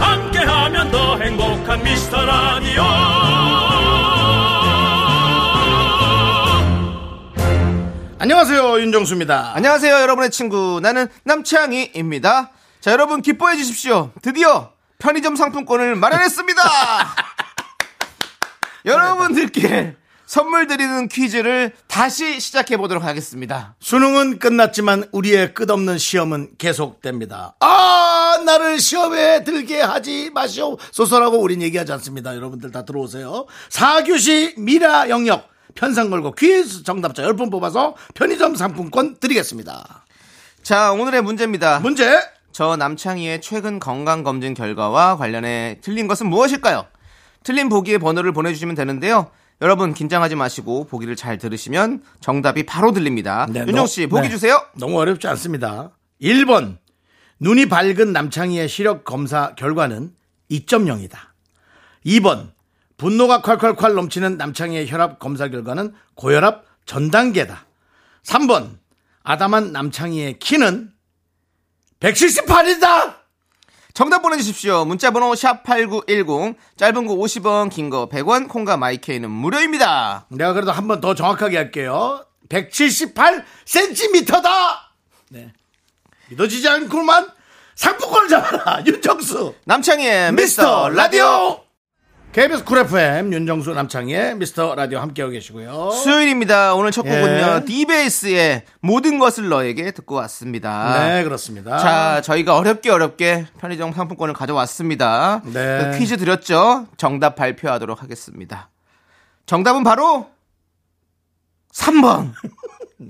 함께하면 더 행복한 미스터 라디오 안녕하세요 윤정수입니다. 안녕하세요, 여러분의 친구. 나는 남창희입니다. 자, 여러분 기뻐해 주십시오. 드디어 편의점 상품권을 마련했습니다. 여러분들께 선물 드리는 퀴즈를 다시 시작해 보도록 하겠습니다. 수능은 끝났지만 우리의 끝없는 시험은 계속됩니다. 아 나를 시험에 들게 하지 마시오 소설하고 우린 얘기하지 않습니다. 여러분들 다 들어오세요. 4교시 미라 영역 편상 걸고 퀴즈 정답자 10분 뽑아서 편의점 상품권 드리겠습니다. 자, 오늘의 문제입니다. 문제 저 남창희의 최근 건강 검진 결과와 관련해 틀린 것은 무엇일까요? 틀린 보기의 번호를 보내주시면 되는데요. 여러분 긴장하지 마시고 보기를 잘 들으시면 정답이 바로 들립니다. 네, 윤정 씨 너- 보기 네. 주세요. 너무 어렵지 않습니다. 1번 눈이 밝은 남창희의 시력 검사 결과는 2.0이다. 2번 분노가 콸콸콸 넘치는 남창희의 혈압 검사 결과는 고혈압 전 단계다. 3번 아담한 남창희의 키는 178이다. 정답 보내주십시오. 문자번호 샵8910 짧은 거 50원 긴 거 100원 콩과 마이케이는 무료입니다. 내가 그래도 한 번 더 정확하게 할게요. 178cm다. 네. 믿어지지 않고만 상품권을 잡아라. 윤정수. 남창희의 미스터 라디오 KBS 쿨 FM 윤정수 남창희의 미스터 라디오 함께하고 계시고요 수요일입니다. 오늘 첫 곡은요. 예. 디베이스의 모든 것을 너에게 듣고 왔습니다. 네 그렇습니다 아. 자, 저희가 어렵게 어렵게 편의점 상품권을 가져왔습니다. 네. 그 퀴즈 드렸죠? 정답 발표하도록 하겠습니다. 정답은 바로 3번.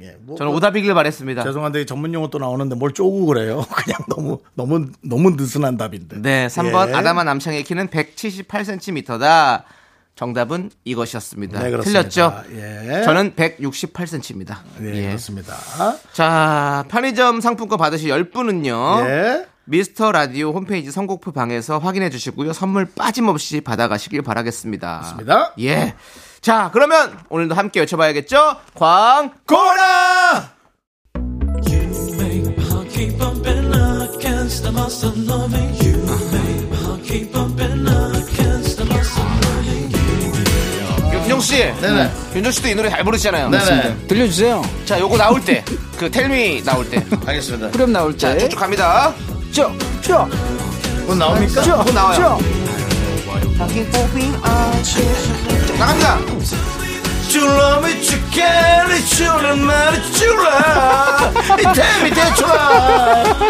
예, 뭐, 저는 오답이길 바랬습니다. 죄송한데 전문 용어 또 나오는데 뭘 쪼고 그래요 그냥 너무 너무 너무 느슨한 답인데 네, 3번 예. 아담한 남창의 키는 178cm다. 정답은 이것이었습니다. 네, 그렇습니다. 틀렸죠? 예. 저는 168cm입니다. 네 예. 그렇습니다 자, 편의점 상품권 받으실 10분은요. 예. 미스터 라디오 홈페이지 선곡표 방에서 확인해 주시고요. 선물 빠짐없이 받아가시길 바라겠습니다. 맞습니다. 예. 자, 그러면 오늘도 함께 외쳐봐야겠죠? 광, 고라 윤정씨. 네네 윤정씨도 이 노래 잘 부르시잖아요. 네네 들려주세요. 자, 요거 나올 때. 그, 텔미 나올 때. 알겠습니다 그럼 나올 자, 때. 쭉쭉 갑니다. 쭉, 쭉, 곧 나옵니까? 쭉, 또 나와요. 쭉. 나갑니다. You love me, you care, you love me, you love me. Tell me that you love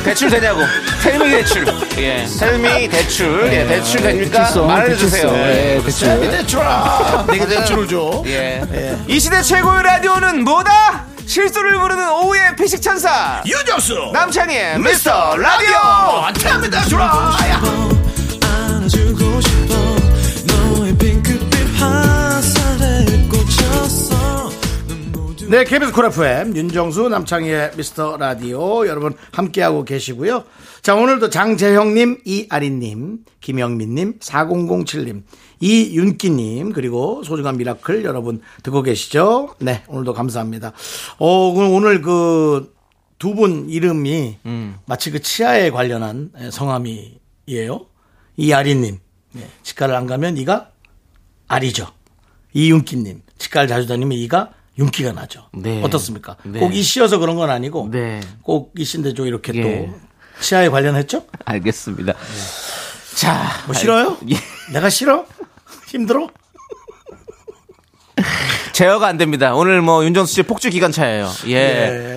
대출 되냐고. 텔미 대출. 예. 텔미 대출. 예, 대출 됩니까? 네, 대출성, 말해주세요. 대출성. 예. 예, me 대출. that you love me. 내가 대출을 줘 예. 이 시대 최고의 라디오는 뭐다? 실수를 부르는 오후의 피식천사. 유정수 남창희의 미스터 라디오! 안타합니다 주라야 네, KBS 쿨 FM 윤정수 남창희의 미스터 라디오 여러분 함께하고 계시고요. 자, 오늘도 장재형님, 이아린님, 김영민님, 4007님, 이윤기님 그리고 소중한 미라클 여러분 듣고 계시죠? 네, 오늘도 감사합니다. 어, 그럼 오늘 그 두 분 이름이 마치 그 치아에 관련한 예, 성함이에요. 이아린님, 네, 치과를 안 가면 이가 아리죠. 이윤기님 치과를 자주 다니면 이가 윤기가 나죠. 네. 어떻습니까? 네. 꼭 이씨여서 그런 건 아니고 네. 꼭 이씨인데 좀 이렇게 예. 또 치아에 관련했죠? 알겠습니다. 자, 뭐 싫어요? 알- 예. 내가 싫어? 힘들어? 제어가 안 됩니다. 오늘 뭐 윤정수 씨 폭주 기간 차예요. 예.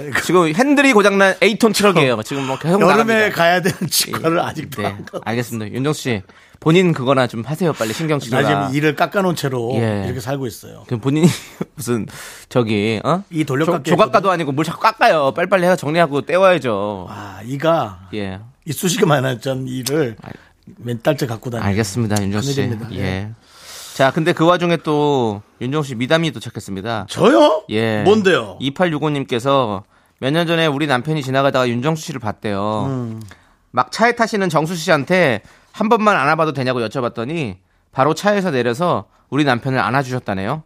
예. 지금 핸들이 고장난 8톤 트럭이에요. 지금 뭐 계속 여름에 나갑니다. 가야 되는 치과를 아직도 네, 안 가. 알겠습니다. 윤정수 씨 본인 그거나 좀 하세요. 빨리 신경 나 쓰라. 지금 이를 깎아놓은 채로 네. 예. 이렇게 살고 있어요. 그 본인이 무슨 저기 어? 이 돌려깎기 조- 조각가도 아니고 뭘 자꾸 깎아요. 빨리빨리 해서 정리하고 떼워야죠. 아 이가 예. 이쑤시개 만한 전 이를 몇 달째 갖고 다니는. 아. 알겠습니다, 윤정 씨. 큰일입니다. 예. 예. 자, 근데 그 와중에 또 윤정 씨 미담이 도착했습니다. 저요? 예. 뭔데요? 2865님께서 몇 년 전에 우리 남편이 지나가다가 윤정수 씨를 봤대요. 음. 막 차에 타시는 정수 씨한테 한 번만 안아봐도 되냐고 여쭤봤더니 바로 차에서 내려서 우리 남편을 안아주셨다네요.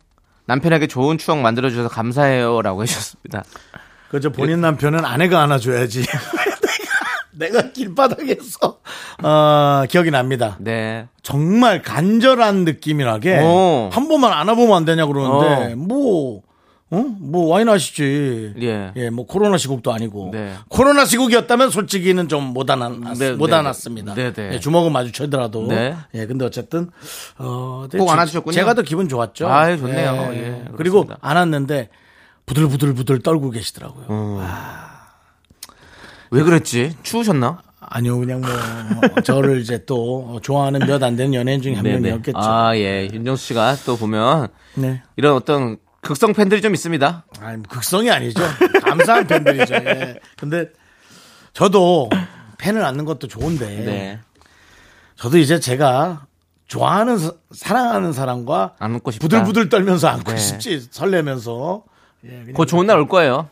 남편에게 좋은 추억 만들어주셔서 감사해요. 라고 해주셨습니다. 그저 본인 남편은 아내가 안아줘야지. 내가, 내가 길바닥에서, 어, 기억이 납니다. 네. 정말 간절한 느낌이라게 오. 한 번만 안아보면 안 되냐 그러는데 어. 뭐, 어? 뭐 와인 하시지. 예. 뭐 코로나 시국도 아니고 네. 코로나 시국이었다면 솔직히는 좀 못 안았, 네, 못 네. 안았습니다. 네, 네. 예, 주먹은 마주쳐더라도. 네. 예, 근데 어쨌든 어, 꼭 제- 안아주셨군요. 제가 더 기분 좋았죠. 아유, 좋네요. 예, 그리고 그렇습니다. 안았는데 부들부들부들 떨고 계시더라고요. 왜 그랬지? 추우셨나? 아니요, 그냥 뭐 저를 이제 또 좋아하는 몇 안 되는 연예인 중에 한 명이었겠죠. 아, 예. 윤정수 씨가 또 보면 네. 이런 어떤 극성 팬들이 좀 있습니다. 아니, 극성이 아니죠. 감사한 팬들이죠. 예. 근데 저도 팬을 낳는 것도 좋은데 네. 저도 이제 제가 좋아하는 사- 사랑하는 사람과 안고 싶다. 부들부들 떨면서 안고 네. 싶지 설레면서 예, 곧 좋은 날 올 거예요.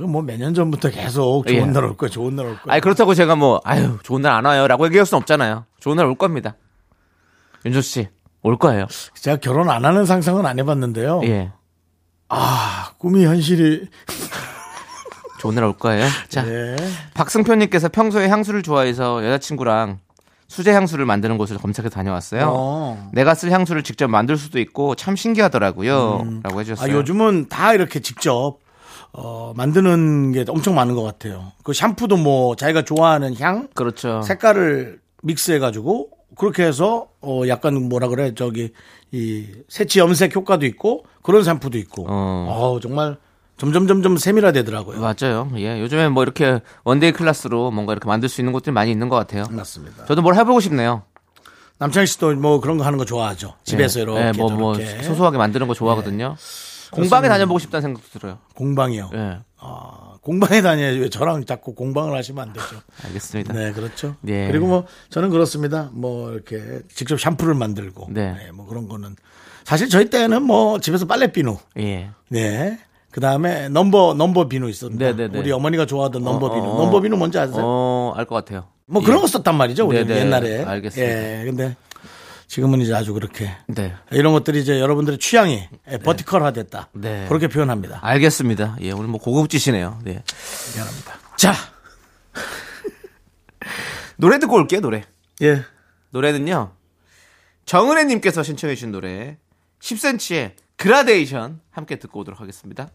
뭐몇 년 전부터 계속 좋은 예. 날 올 거야, 좋은 날 올 거야. 아니 그렇다고 제가 뭐 아유 좋은 날 안 와요라고 얘기할 수는 없잖아요. 좋은 날 올 겁니다. 윤조 씨 올 거예요. 제가 결혼 안 하는 상상은 안 해봤는데요. 그 예, 꿈이 현실이 좋은 날 올 거예요. 자, 예. 박승표님께서 평소에 향수를 좋아해서 여자친구랑 수제 향수를 만드는 곳을 검색해 다녀왔어요. 어. 내가 쓸 향수를 직접 만들 수도 있고 참 신기하더라고요.라고 아, 음. 해주셨어요. 요즘은 다 이렇게 직접 어, 만드는 게 엄청 많은 것 같아요. 그 샴푸도 뭐 자기가 좋아하는 향, 그렇죠. 색깔을 믹스해가지고 그렇게 해서 어, 약간 뭐라 그래 저기 이 새치 염색 효과도 있고 그런 샴푸도 있고. 어. 어. 우 정말 점점 점점 세밀화되더라고요. 맞아요. 예, 요즘에 뭐 이렇게 원데이 클래스로 뭔가 이렇게 만들 수 있는 곳들이 많이 있는 것 같아요. 맞습니다. 저도 뭘 해보고 싶네요. 남창희 씨도 뭐 그런 거 하는 거 좋아하죠. 집에서 예, 이렇게 예, 뭐, 뭐 저렇게. 예. 소소하게 만드는 거 좋아하거든요. 공방에 다녀보고 싶다는 생각도 들어요. 공방이요. 예, 아, 공방에 다녀야지 왜 저랑 자꾸 공방을 하시면 안 되죠. 알겠습니다. 네, 그렇죠. 예. 그리고 뭐 저는 그렇습니다. 뭐 이렇게 직접 샴푸를 만들고, 네. 네, 뭐 그런 거는 사실 저희 때는 뭐 집에서 빨래 비누, 예. 네, 그 다음에 넘버 넘버 비누 있었는데 네, 네, 네. 우리 어머니가 좋아하던 넘버 비누, 어. 넘버 비누 뭔지 아세요? 어, 알 것 같아요. 뭐 예. 그런 거 썼단 말이죠, 우리 네, 네. 옛날에. 알겠습니다. 예, 근데 지금은 이제 아주 그렇게 네. 이런 것들이 이제 여러분들의 취향이 예, 버티컬화됐다. 네. 그렇게 표현합니다. 알겠습니다. 예, 오늘 뭐 고급지시네요. 네. 미안합니다. 자. 노래 듣고 올게요, 노래. 예, 노래는요. 정은혜님께서 신청해주신 노래. 10cm의 그라데이션 함께 듣고 오도록 하겠습니다.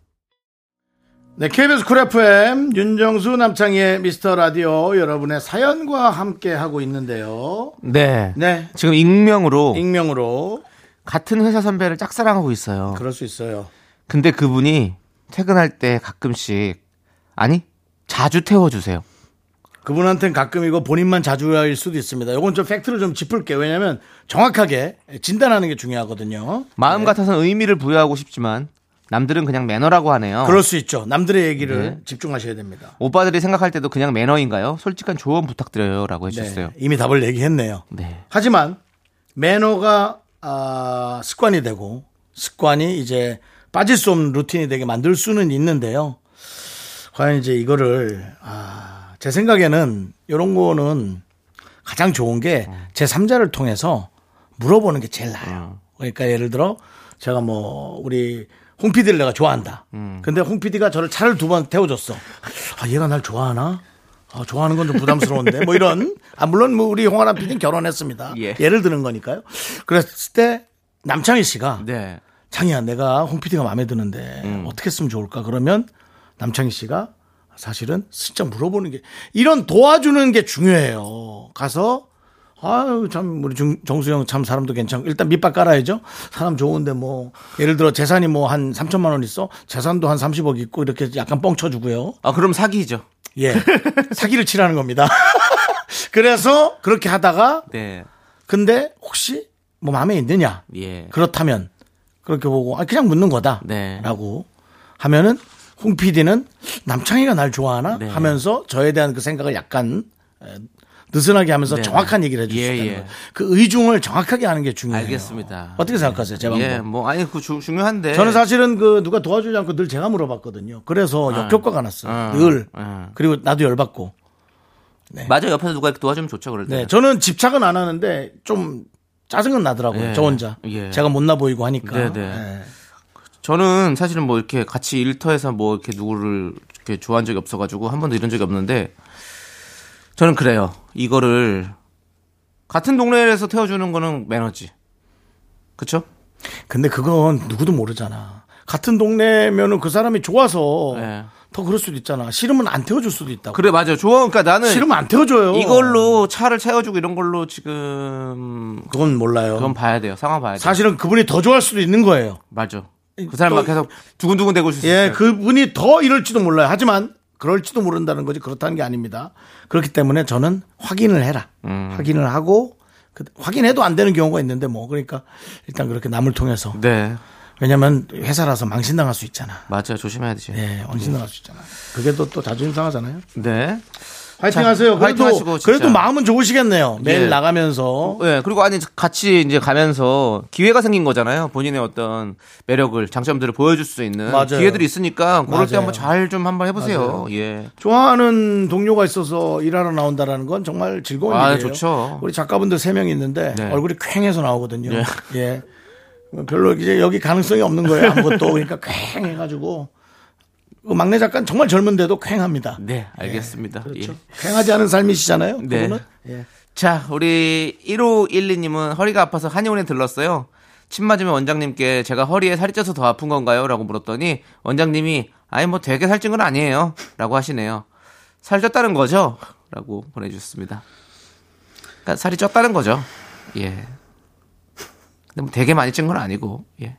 네, KBS 쿨 FM 윤정수 남창희의 미스터 라디오 여러분의 사연과 함께 하고 있는데요. 네. 네, 지금 익명으로 익명으로 같은 회사 선배를 짝사랑하고 있어요. 그럴 수 있어요. 근데 그분이 퇴근할 때 가끔씩 아니 자주 태워주세요. 그분한텐 가끔이고 본인만 자주일 수도 있습니다. 요건 좀 팩트를 좀 짚을게요. 왜냐하면 정확하게 진단하는 게 중요하거든요. 마음 같아서 의미를 부여하고 싶지만 남들은 그냥 매너라고 하네요. 그럴 수 있죠. 남들의 얘기를 네. 집중하셔야 됩니다. 오빠들이 생각할 때도 그냥 매너인가요? 솔직한 조언 부탁드려요라고 네, 해주셨어요. 이미 답을 얘기했네요. 네. 하지만 매너가 아, 습관이 되고 습관이 이제 빠질 수 없는 루틴이 되게 만들 수는 있는데요. 과연 이제 이거를 아, 제 생각에는 이런 거는 가장 좋은 게 제 3자를 통해서 물어보는 게 제일 음. 나아요. 그러니까 예를 들어 제가 뭐 우리 홍 PD를 내가 좋아한다. 음. 근데 홍 PD가 저를 차를 두 번 태워줬어. 아 얘가 날 좋아하나? 아, 좋아하는 건 좀 부담스러운데 뭐 이런. 아 물론 뭐 우리 홍아람 PD는 결혼했습니다. 예. 예를 드는 거니까요. 그랬을 때 남창희 씨가 네. 창희야 내가 홍 PD가 마음에 드는데 어떻게 쓰면 좋을까 그러면 남창희 씨가 사실은 슬쩍 물어보는 게 이런 도와주는 게 중요해요 가서 아유 참 우리 중- 정수영 참 사람도 괜찮고 일단 밑밥 깔아야죠 사람 좋은데 뭐 예를 들어 재산이 뭐 한 3천만 원 있어 재산도 한 30억 있고 이렇게 약간 뻥쳐주고요 아 그럼 사기죠. 예 사기를 치라는 겁니다 그래서 그렇게 하다가 네. 근데 혹시 뭐 마음에 있느냐? 예. 그렇다면 그렇게 보고 아 그냥 묻는 거다라고 네. 하면은 홍 PD는 남창희가 날 좋아하나 네. 하면서 저에 대한 그 생각을 약간 에, 느슨하게 하면서 네. 정확한 얘기를 해줄 예, 수 있다는 예. 거예요. 그 의중을 정확하게 하는 게 중요해요. 알겠습니다. 어떻게 생각하세요? 제 방법. 예, 뭐 아니 그 주- 중요한데. 저는 사실은 그 누가 도와주지 않고 늘 제가 물어봤거든요. 그래서 역효과가 났어요. 아. 늘. 아. 그리고 나도 열받고. 맞아 옆에서 누가 이렇게 도와주면 좋죠 그럴 때. 네, 저는 집착은 안 하는데 좀 짜증은 나더라고요. 예. 저 혼자. 예. 제가 못나 보이고 하니까. 예. 네, 네. 저는 사실은 뭐 이렇게 같이 일터에서 뭐 이렇게 누구를 이렇게 좋아한 적이 없어가지고 한 번도 이런 적이 없는데 저는 그래요. 이거를 같은 동네에서 태워주는 거는 매너지. 그쵸? 근데 그건 누구도 모르잖아. 같은 동네면은 그 사람이 좋아서 예. 더 그럴 수도 있잖아. 싫으면 안 태워줄 수도 있다고. 그래, 맞아요. 좋아. 그러니까 나는 싫으면 안 태워줘요. 이걸로 차를 채워주고 이런 걸로 지금 그건 몰라요. 그건 봐야 돼요. 상황 봐야 돼요. 사실은 그분이 더 좋아할 수도 있는 거예요. 맞아. 그 사람 막 또- 계속 두근두근 대고 있을 수 예, 있어요. 그분이 더 이럴지도 몰라요. 하지만 그럴지도 모른다는 거지 그렇다는 게 아닙니다. 그렇기 때문에 저는 확인을 해라. 음. 확인을 하고 그- 확인해도 안 되는 경우가 있는데 뭐 그러니까 일단 그렇게 남을 통해서 네. 왜냐면 회사라서 망신당할 수 있잖아. 맞아요. 조심해야 되지. 네. 예, 언신당할 수 있잖아. 그게 또 또 자존심 상하잖아요. 네. 화이팅 자, 하세요. 화이팅 그래도 하시고, 진짜. 그래도 마음은 좋으시겠네요. 매일 예. 나가면서 그리고 아니 같이 이제 가면서 기회가 생긴 거잖아요. 본인의 어떤 매력을, 장점들을 보여줄 수 있는 맞아요. 기회들이 있으니까 그럴 때 맞아요. 한번 잘 좀 한번 해보세요. 예. 좋아하는 동료가 있어서 일하러 나온다라는 건 정말 즐거운 아, 일이에요. 좋죠. 우리 작가분들 세 명 있는데 네. 얼굴이 퀭해서 나오거든요. 네. 예. 별로 이제 여기 가능성이 없는 거예요. 아무것도 그러니까 퀭 해가지고 그 막내 작가는 정말 젊은데도 퀭합니다. 네, 알겠습니다. 예. 퀭하지 않은 삶이시잖아요. 네. 그분은 예. 자, 우리 1512님은 허리가 아파서 한의원에 들렀어요. 침 맞으면 원장님께 제가 허리에 살이 쪄서 더 아픈 건가요? 라고 물었더니 원장님이 아니 뭐 되게 살찐 건 아니에요. 라고 하시네요. 살 쪘다는 거죠? 라고 보내주셨습니다. 그러니까 살이 쪘다는 거죠. 예. 근데 뭐 되게 많이 찐 건 아니고, 예.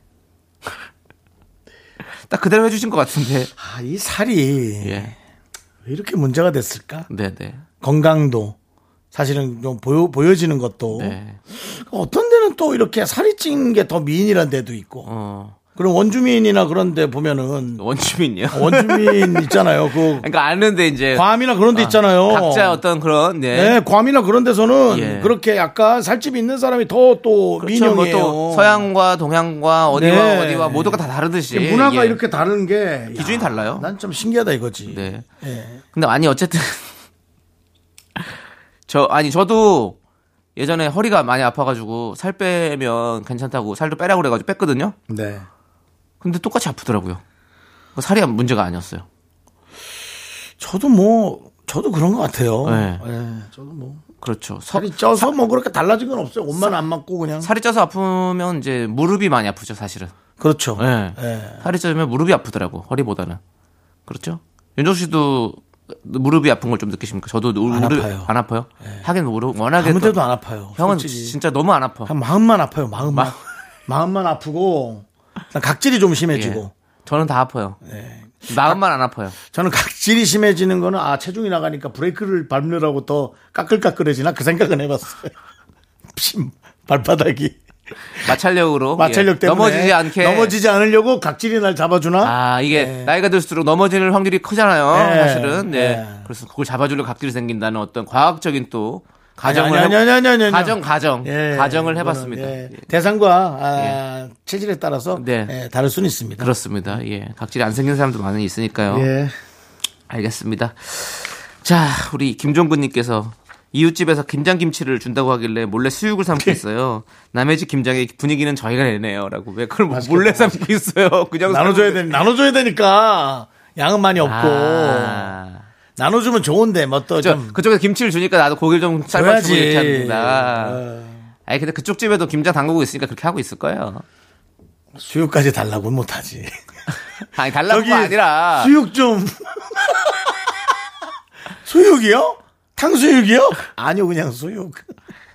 딱 그대로 해주신 것 같은데. 아, 이 살이 예. 왜 이렇게 문제가 됐을까? 네네. 건강도 사실은 좀 보여, 보여지는 것도 그러니까 네. 어떤 데는 또 이렇게 살이 찐 게 더 미인이란 데도 있고 어. 그럼 원주민이나 그런 데 보면은 원주민이요? 원주민 있잖아요. 그 그러니까 아는데 이제. 괌이나 그런 데 있잖아요. 각자 어떤 그런 네. 네, 괌이나 그런 데서는 예. 그렇게 약간 살집이 있는 사람이 더 또 그렇죠. 뭐 민영이에요. 또 서양과 동양과 어디와 네. 어디와 모두가 다 다르듯이 문화가 예. 이렇게 다른 게 기준이 달라요. 난 좀 신기하다 이거지. 네. 예. 근데 아니 어쨌든 저 아니 저도 예전에 허리가 많이 아파가지고 살 빼면 괜찮다고 살도 빼라고 그래가지고 뺐거든요. 네. 근데 똑같이 아프더라고요. 그 살이 문제가 아니었어요. 저도 뭐 저도 그런 것 같아요. 네. 예, 저도 뭐 그렇죠. 서- 살이 쪄서 뭐 그렇게 달라진 건 없어요. 옷만 안 맞고 그냥. 살이 쪄서 아프면 이제 무릎이 많이 아프죠, 사실은. 그렇죠. 예. 예. 살이 쪄면 무릎이 아프더라고 허리보다는 그렇죠? 윤정 씨도 무릎이 아픈 걸 좀 느끼십니까? 저도 무릎 아파요. 예. 안 아파요. 하긴 무릎 워낙에 아무 또- 데도 안 아파요. 형은 솔직히. 진짜 너무 안 아파. 그냥 마음만 아파요. 마음만. 마- 마음만 아프고 난 각질이 좀 예. 심해지고 예. 저는 다 아파요. 마음만 안 아파요. 저는 각질이 심해지는 거는 아 체중이 나가니까 브레이크를 밟느라고 더 까끌까끌해지나 그 생각은 해봤어요. 심 발바닥이 마찰력으로 마찰력 예. 때문에 넘어지지 않게 넘어지지 않으려고 각질이 날 잡아주나 아 이게 나이가 들수록 넘어지는 확률이 크잖아요. 예. 사실은 네. 예. 그래서 그걸 잡아주려 각질이 생긴다는 어떤 과학적인 또 가정을 아니, 아니, 아니, 아니, 아니, 아니. 가정 가정 예, 가정을 이거는, 해봤습니다. 예. 예. 대상과 아, 체질에 따라서 네. 예, 다를 수는 있습니다. 그렇습니다. 예, 각질이 안 생긴 사람도 많이 있으니까요. 예. 알겠습니다. 자, 우리 김종근님께서 이웃집에서 김장김치를 준다고 하길래 몰래 수육을 삼고 있어요. 남의 집 김장의 분위기는 저희가 내네요. 라고. 왜 그걸 몰래 삼고 있어요? 그냥 나눠줘야 삼고- 되 나눠줘야 되니까 양은 많이 없고 아, 그렇죠. 나눠주면 좋은데 저, 뭐또좀 그쪽에서 김치를 주니까 나도 고기를 좀 삶아주고 이렇게 합니다. 어. 아니, 근데 그쪽 집에도 김장 담그고 있으니까 그렇게 하고 있을 거예요. 수육까지 달라고는 못하지. 아니, 달라고가 아니라. 수육 좀 수육이요? 탕수육이요? 아니요 그냥 수육.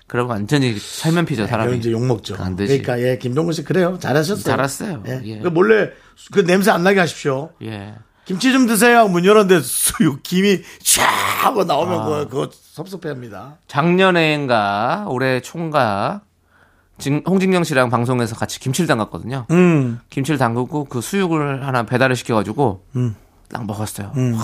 그럼 완전히 살면피죠, 그럼 사람이. 이제 욕 먹죠. 안 되지. 그러니까 예 김동근 씨 그래요 잘하셨어요. 잘했어요. 예. 예. 그 몰래 수- 그 냄새 안 나게 하십시오. 예. 김치 좀 드세요. 하고 문 열었는데 수육 김이 쫙 하고 나오면 아. 그거, 그거 섭섭해합니다. 작년에인가 올해 총각 진- 홍진경 씨랑 방송에서 같이 김치를 담갔거든요. 음. 김치를 담그고 그 수육을 하나 배달을 시켜가지고 딱 먹었어요. 와, 음.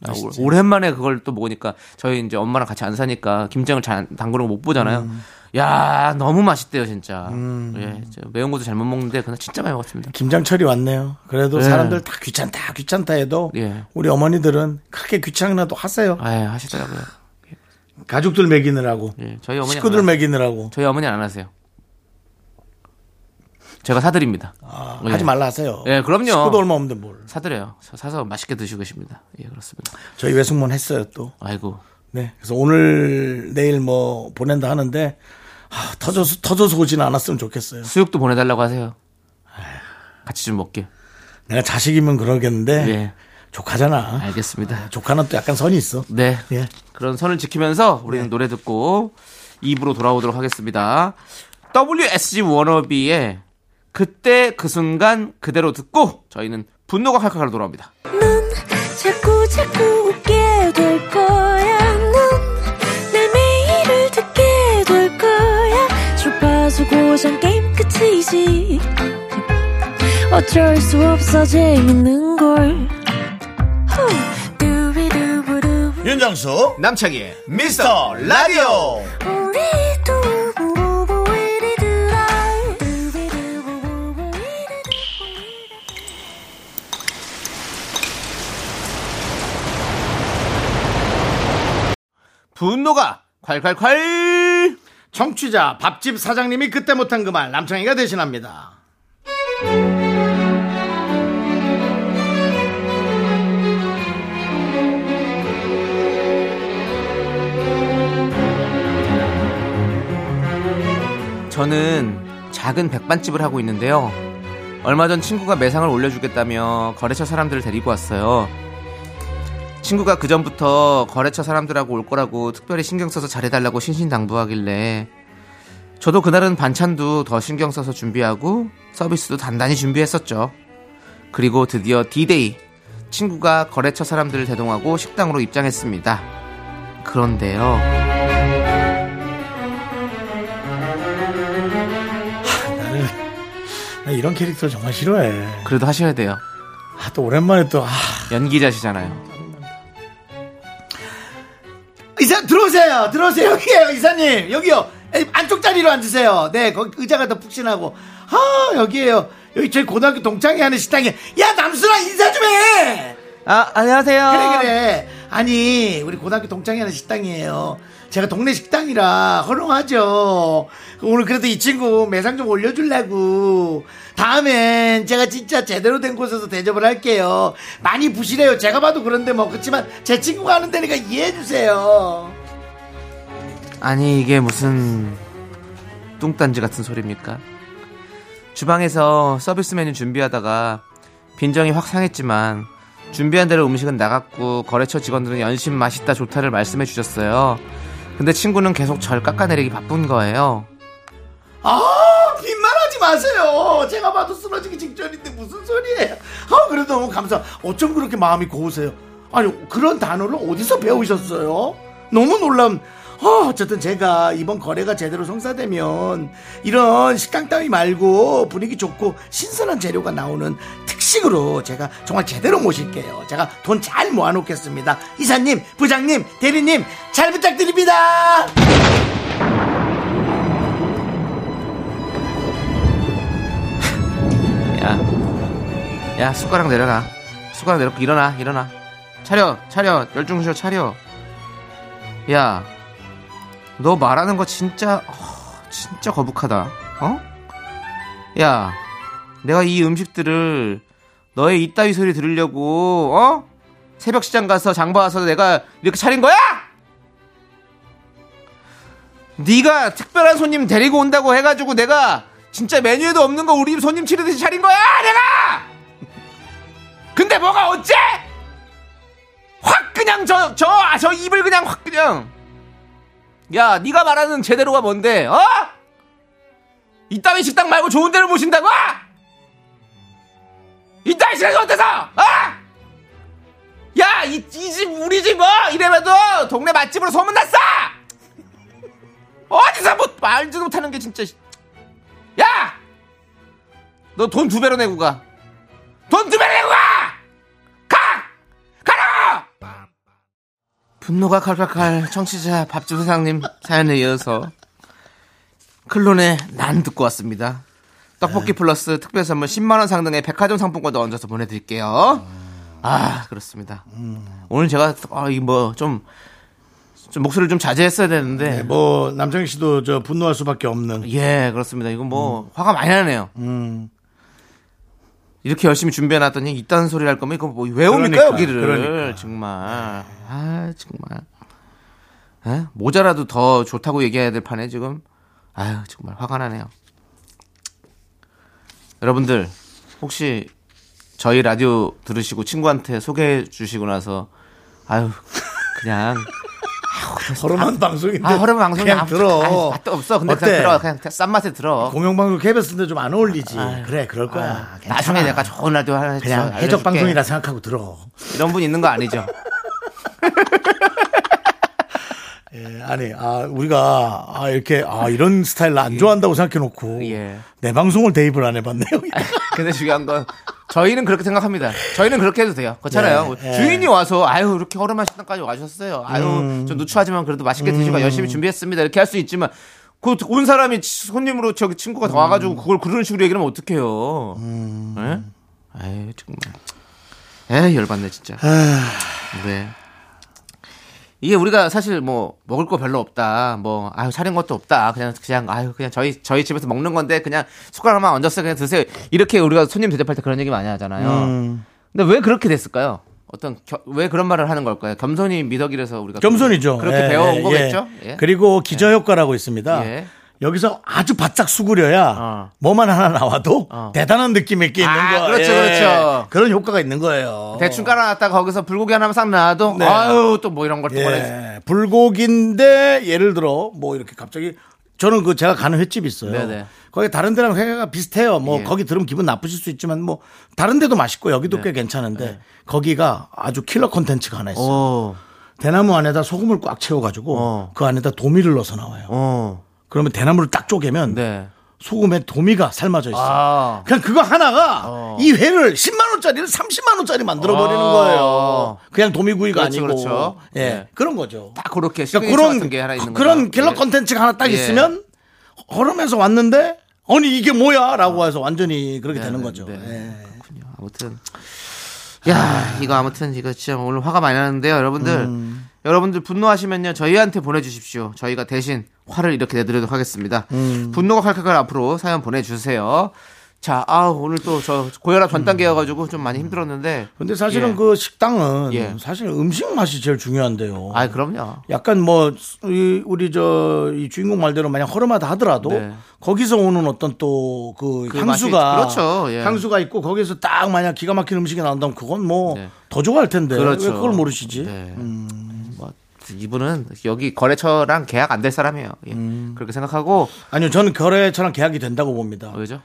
맛있지. 오랜만에 그걸 또 먹으니까 저희 이제 엄마랑 같이 안 사니까 김장을 잘 안- 담그는 거 못 보잖아요. 음. 야 너무 맛있대요 진짜. 예, 저 매운 것도 잘 못 먹는데 그날 진짜 많이 먹었습니다. 김장철이 왔네요. 그래도 사람들 다 귀찮다, 귀찮다 해도 예. 우리 어머니들은 크게 귀찮아도 하세요. 아 예, 하시더라고요. 가족들 먹이느라고, 예, 저희 어머니 식구들 먹이느라고 저희 어머니 안 하세요. 제가 사드립니다. 아, 예. 하지 말라 하세요. 예, 그럼요. 식구도 얼마 없는데 뭘? 사드려요. 사- 사서 맛있게 드시고 계십니다. 예, 그렇습니다. 저희 외숙모는 했어요 또. 아이고. 네. 그래서 오늘 내일 뭐 보낸다 하는데 아, 터져서 터져서 오진 않았으면 좋겠어요. 수육도 보내달라고 하세요. 같이 좀 먹게. 내가 자식이면 그러겠는데 예. 조카잖아. 알겠습니다. 조카는 또 약간 선이 있어. 네. 예. 그런 선을 지키면서 우리는 노래 듣고 2부로 돌아오도록 하겠습니다. WSG 워너비의 그때 그 순간 그대로 듣고 저희는 분노가 칼칼칼 돌아옵니다. 넌 자꾸 자꾸 웃게 될 거야. 넌내 매일을 듣게 될 거야. 주파수 고정 게임 끝이지. 어쩔 수 없어 재밌는 걸. 후. 두비두부두. 윤정수 남창희의 미스터 라디오 우리 두부부부 우리 두라. 두비두부부부 우리 두부부. 분노가 콸콸콸! 청취자 밥집 사장님이 그때 못한 그 말 남창희가 대신합니다. 저는 작은 백반집을 하고 있는데요. 얼마 전 친구가 매상을 올려주겠다며 거래처 사람들을 데리고 왔어요. 친구가 그전부터 거래처 사람들하고 올 거라고 특별히 신경 써서 잘해달라고 신신당부하길래 저도 그날은 반찬도 더 신경 써서 준비하고 서비스도 단단히 준비했었죠. 그리고 드디어 D-Day. 친구가 거래처 사람들을 대동하고 식당으로 입장했습니다. 그런데요. 나는 나 이런 캐릭터 정말 싫어해. 그래도 하셔야 돼요. 아, 또 오랜만에 또 아, 연기자시잖아요. 이사 들어오세요. 들어오세요. 여기에요, 이사님. 여기요. 에이, 안쪽 자리로 앉으세요. 네, 거기 의자가 더 푹신하고. 아, 여기에요. 여기 저희 고등학교 동창회 하는 식당에. 야, 남순아 인사 좀 해. 아, 안녕하세요. 그래 그래. 아니, 우리 고등학교 동창회 하는 식당이에요. 제가 동네 식당이라 허용하죠. 오늘 그래도 이 친구 매상 좀 올려주려고. 다음엔 제가 진짜 제대로 된 곳에서 대접을 할게요. 많이 부실해요. 제가 봐도 그런데 뭐 그렇지만 제 친구가 하는 데니까 이해해주세요. 아니 이게 무슨 뚱딴지 같은 소리입니까? 주방에서 서비스 메뉴 준비하다가 빈정이 확 상했지만 준비한 대로 음식은 나갔고 거래처 직원들은 연신 맛있다 좋다를 말씀해 주셨어요. 근데 친구는 계속 절 깎아내리기 바쁜 거예요. 아 빈말하지 마세요. 제가 봐도 쓰러지기 직전인데 무슨 소리예요? 아 그래도 너무 감사. 어쩜 그렇게 마음이 고우세요? 아니 그런 단어를 어디서 배우셨어요? 너무 놀람. 아, 어쨌든 제가 이번 거래가 제대로 성사되면 이런 식당 따위 말고 분위기 좋고 신선한 재료가 나오는 특식으로 제가 정말 제대로 모실게요. 제가 돈 잘 모아놓겠습니다. 이사님, 부장님, 대리님 잘 부탁드립니다. 야, 야 숟가락 내려놔. 숟가락 내려고 일어나 일어나. 차려 차려 열중 쇼 차려. 야, 너 말하는 거 진짜 어, 진짜 거북하다. 어? 야, 내가 이 음식들을 너의 이따위 소리 들으려고 어? 새벽 시장 가서 장 봐서 내가 이렇게 차린 거야? 네가 특별한 손님 데리고 온다고 해가지고 내가 진짜 메뉴에도 없는 거 우리 집 손님 치르듯이 차린 거야 내가 근데 뭐가 어째 확 그냥 저 아, 저 저 입을 그냥 확 그냥 야 네가 말하는 제대로가 뭔데 어 이따위 식당 말고 좋은 데로 모신다고 이따위 식당이 어때서 어 야, 이, 이 집, 우리 집, 뭐, 이래봐도 동네 맛집으로 소문났어! 어디서 뭐 말도 못하는 게 진짜 씨. 야! 너 돈 두 배로 내고 가. 돈 두 배로 내고 가! 가! 가라! 분노가 칼칼칼 청취자 밥주 회장님 사연에 이어서 클론의 난 듣고 왔습니다. 떡볶이 플러스 특별 선물 10만 원 상당의 백화점 상품권도 얹어서 보내드릴게요. 아 그렇습니다. 오늘 제가 어, 아이뭐좀좀 목소리를 좀 자제했어야 되는데 뭐 남창희 씨도 저 분노할 수밖에 없는 예, 그렇습니다. 이건 뭐 음. 화가 많이 나네요. 이렇게 열심히 준비해놨더니 이딴 소리 할 거면 이거 뭐 외웁니까 그러니까요. 여기를 그러니까. 정말 아 정말 에? 모자라도 더 좋다고 얘기해야 될 판에 지금 아유 정말 화가 나네요. 여러분들 혹시 저희 라디오 들으시고 친구한테 소개해 주시고 나서 아유 그냥 서로만 방송인데 아 허름 방송이 그냥 들어 맛도 없어 근데 어때? 그냥 들어 그냥 싼 맛에 들어 공영방송 KBS인데 좀 안 어울리지 그래 그럴 거야 괜찮아. 나중에 내가 좋은 라디오 하나 해서 그냥 알려줄게. 해적 방송이라 생각하고 들어 이런 분 있는 거 아니죠? 예, 아니 아 우리가 아 이렇게 아 이런 스타일 나안 좋아한다고 생각해놓고 예. 내 방송을 대입을 안 해봤네요 근데 중요한 건 저희는 그렇게 생각합니다. 저희는 그렇게 해도 돼요. 그렇잖아요. 네, 네. 주인이 와서 아유 이렇게 허름한 식당까지 와주셨어요. 아유 좀 누추하지만 그래도 맛있게 드시고 열심히 준비했습니다. 이렇게 할 수 있지만 그 온 사람이 치- 손님으로 저기 친구가 더 와가지고 그걸 그런 식으로 얘기하면 어떡해요? 예? 아유 정말. 에 열받네 진짜. 아. 네. 이게 우리가 사실 뭐 먹을 거 별로 없다. 뭐 아유 차린 것도 없다. 그냥 그냥 아유 그냥 저희 저희 집에서 먹는 건데 그냥 숟가락만 얹어서 그냥 드세요. 이렇게 우리가 손님 대접할 때 그런 얘기 많이 하잖아요. 음. 근데 왜 그렇게 됐을까요? 어떤 겨- 왜 그런 말을 하는 걸까요? 겸손이 미덕이라서 우리가 겸손이죠 그렇게 예, 배워온 예, 거겠죠. 예. 예. 그리고 기저효과라고 있습니다 예. 여기서 아주 바짝 수그려야 어. 뭐만 하나 나와도 어. 대단한 느낌이 있게 있는 아, 거예요 그렇죠, 그렇죠. 그런 효과가 있는 거예요 어. 대충 깔아놨다가 거기서 불고기 하나만 싹 놔도 네. 아유 또 뭐 이런 걸또 꺼내. 예, 불고기인데 예를 들어 뭐 이렇게 갑자기 저는 그 제가 가는 횟집 있어요. 네네. 거기 다른 데랑 회가 비슷해요. 뭐 예. 거기 들으면 기분 나쁘실 수 있지만 뭐 다른 데도 맛있고 여기도 네. 꽤 괜찮은데 거기가 아주 킬러 콘텐츠가 하나 있어요. 어, 대나무 안에다 소금을 꽉 채워가지고 어. 그 안에다 도미를 넣어서 나와요. 어, 그러면 대나무를 딱 쪼개면 네. 소금에 도미가 삶아져 있어요. 아. 어. 그냥 그거 하나가 이 회를 10만 원짜리를 30만 원짜리 만들어 버리는 거예요. 그냥 도미구이가 그렇죠, 아니고 그렇죠. 예 네. 그런 거죠. 딱 그렇게 그러니까 시그니처 그런 같은 게 하나 있는 거죠. 그런 킬러 예. 컨텐츠가 하나 딱 예. 있으면 허름해서 왔는데 아니 이게 뭐야라고 해서 완전히 그렇게 되는 네, 거죠. 네. 예. 그렇군요. 아무튼 야 이거 아무튼 이거 진짜 오늘 화가 많이 나는데요, 여러분들. 음. 여러분들 분노하시면요 저희한테 보내주십시오. 저희가 대신 화를 이렇게 내드리도록 하겠습니다. 음. 분노가 칼칼칼 앞으로 사연 보내주세요. 자, 아 오늘 또 저 고혈압 전 단계여가지고 좀 많이 힘들었는데. 근데 사실은 예. 그 식당은 예. 사실 음식 맛이 제일 중요한데요. 아 그럼요. 약간 뭐 이- 우리 저 이 주인공 말대로 만약 허름하다 하더라도 네. 거기서 오는 어떤 또 그 그 향수가 맛이- 그렇죠. 예. 향수가 있고 거기서 딱 만약 기가 막힌 음식이 나온다면 그건 뭐 더 네. 좋아할 텐데 그렇죠. 왜 그걸 모르시지? 네. 음. 뭐 이분은 여기 거래처랑 계약 안 될 사람이에요. 예. 음. 그렇게 생각하고 어, 아니요 저는 거래처랑 계약이 된다고 봅니다. 왜죠?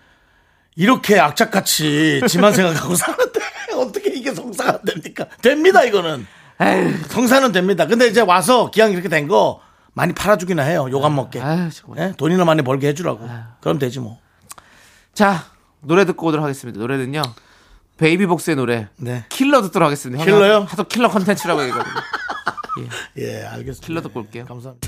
이렇게 악착같이 지만 생각하고 사는데 어떻게 이게 성사가 안 됩니까? 됩니다 이거는 에휴, 성사는 됩니다. 근데 이제 와서 기왕 이렇게 된 거 많이 팔아주기나 해요. 욕 안 먹게. 아유, 정말. 예? 돈이나 많이 벌게 해주라고. 그럼 되지 뭐. 자 노래 듣고 오도록 하겠습니다. 노래는요 베이비복스의 노래 네. 킬러 듣도록 하겠습니다. 형이 킬러요? 하도 킬러 컨텐츠라고 얘기하거든요. 예, 알겠습니다. 킬러 듣고 올게요. 감사합니다.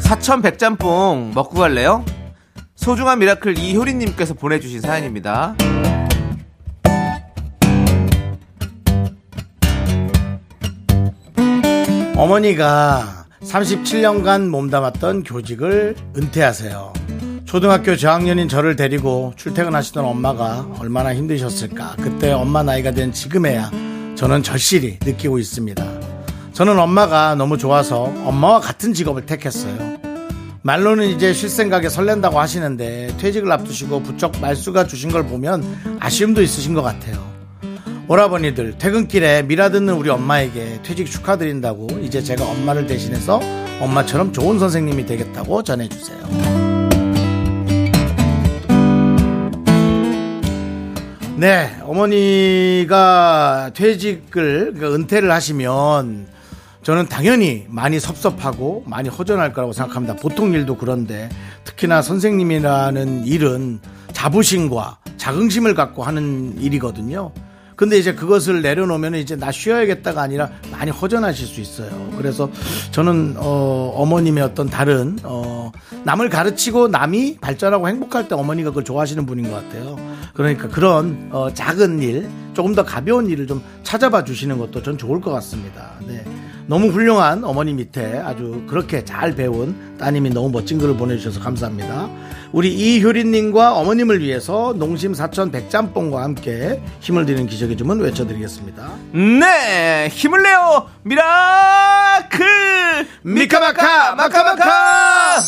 사천 백짬뽕 먹고 갈래요? 소중한 미라클 이효리님께서 보내주신 사연입니다. 어머니가 37년간 몸담았던 교직을 은퇴하세요. 초등학교 저학년인 저를 데리고 출퇴근하시던 엄마가 얼마나 힘드셨을까. 그때 엄마 나이가 된 지금에야 저는 절실히 느끼고 있습니다. 저는 엄마가 너무 좋아서 엄마와 같은 직업을 택했어요. 말로는 이제 쉴 생각에 설렌다고 하시는데 퇴직을 앞두시고 부쩍 말수가 주신 걸 보면 아쉬움도 있으신 것 같아요. 오라버니들 퇴근길에 미라 듣는 우리 엄마에게 퇴직 축하드린다고 이제 제가 엄마를 대신해서 엄마처럼 좋은 선생님이 되겠다고 전해주세요. 네, 어머니가 퇴직을 그러니까 은퇴를 하시면 저는 당연히 많이 섭섭하고 많이 허전할 거라고 생각합니다. 보통 일도 그런데 특히나 선생님이라는 일은 자부심과 자긍심을 갖고 하는 일이거든요. 근데 이제 그것을 내려놓으면 이제 나 쉬어야겠다가 아니라 많이 허전하실 수 있어요. 그래서 저는 어, 어머님의 어떤 다른 어, 남을 가르치고 남이 발전하고 행복할 때 어머니가 그걸 좋아하시는 분인 것 같아요. 그러니까 그런 어, 작은 일, 조금 더 가벼운 일을 좀 찾아봐 주시는 것도 전 좋을 것 같습니다. 네. 너무 훌륭한 어머니 밑에 아주 그렇게 잘 배운 따님이 너무 멋진 글을 보내주셔서 감사합니다. 우리 이효린님과 어머님을 위해서 농심 사천 백짬뽕과 함께 힘을 드리는 기적의 주문 외쳐드리겠습니다. 네 힘을 내요 미라클 미카마카 마카마카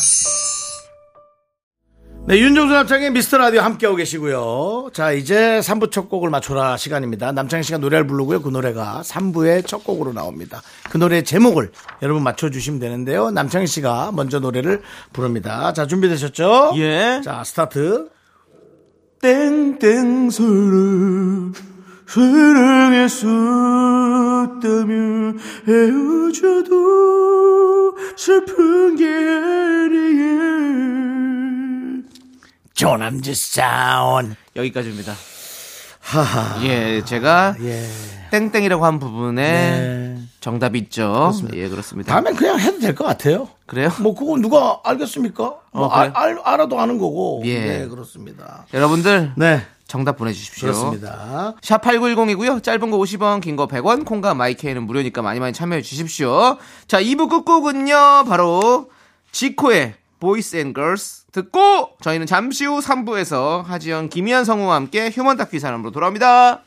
네, 윤종수 남창의 미스터 라디오 함께하고 계시고요. 자, 이제 3부 첫 곡을 맞춰라 시간입니다. 남창희 씨가 노래를 부르고요. 그 노래가 3부의 첫 곡으로 나옵니다. 그 노래의 제목을 여러분 맞춰주시면 되는데요. 남창희 씨가 먼저 노래를 부릅니다. 자, 준비되셨죠? 예. 자, 스타트. 땡땡소를 사랑했었다면 헤어져도 슬픈 게 아니에요 조남지 사운. 여기까지입니다 하하. 예 제가 예. 땡땡이라고 한 부분에 네. 정답이 있죠 예 그렇습니다 다음엔 그냥 해도 될 것 같아요. 그래요? 뭐 그건 누가 알겠습니까? 뭐 어, 그래요? 아- 알, 알아도 아는 거고. 예. 네, 그렇습니다. 여러분들 네, 정답 보내주십시오 그렇습니다. 샵 8910이고요. 짧은 거 50원, 긴 거 100원, 콩과 마이케이는 무료니까 많이 많이 참여해 주십시오. 자, 2부 끝곡은요. 바로 지코의 보이스 앤 걸스 듣고 저희는 잠시 후 3부에서 하지연, 김희연 성우와 함께 휴먼 다큐 이 사람으로 돌아옵니다.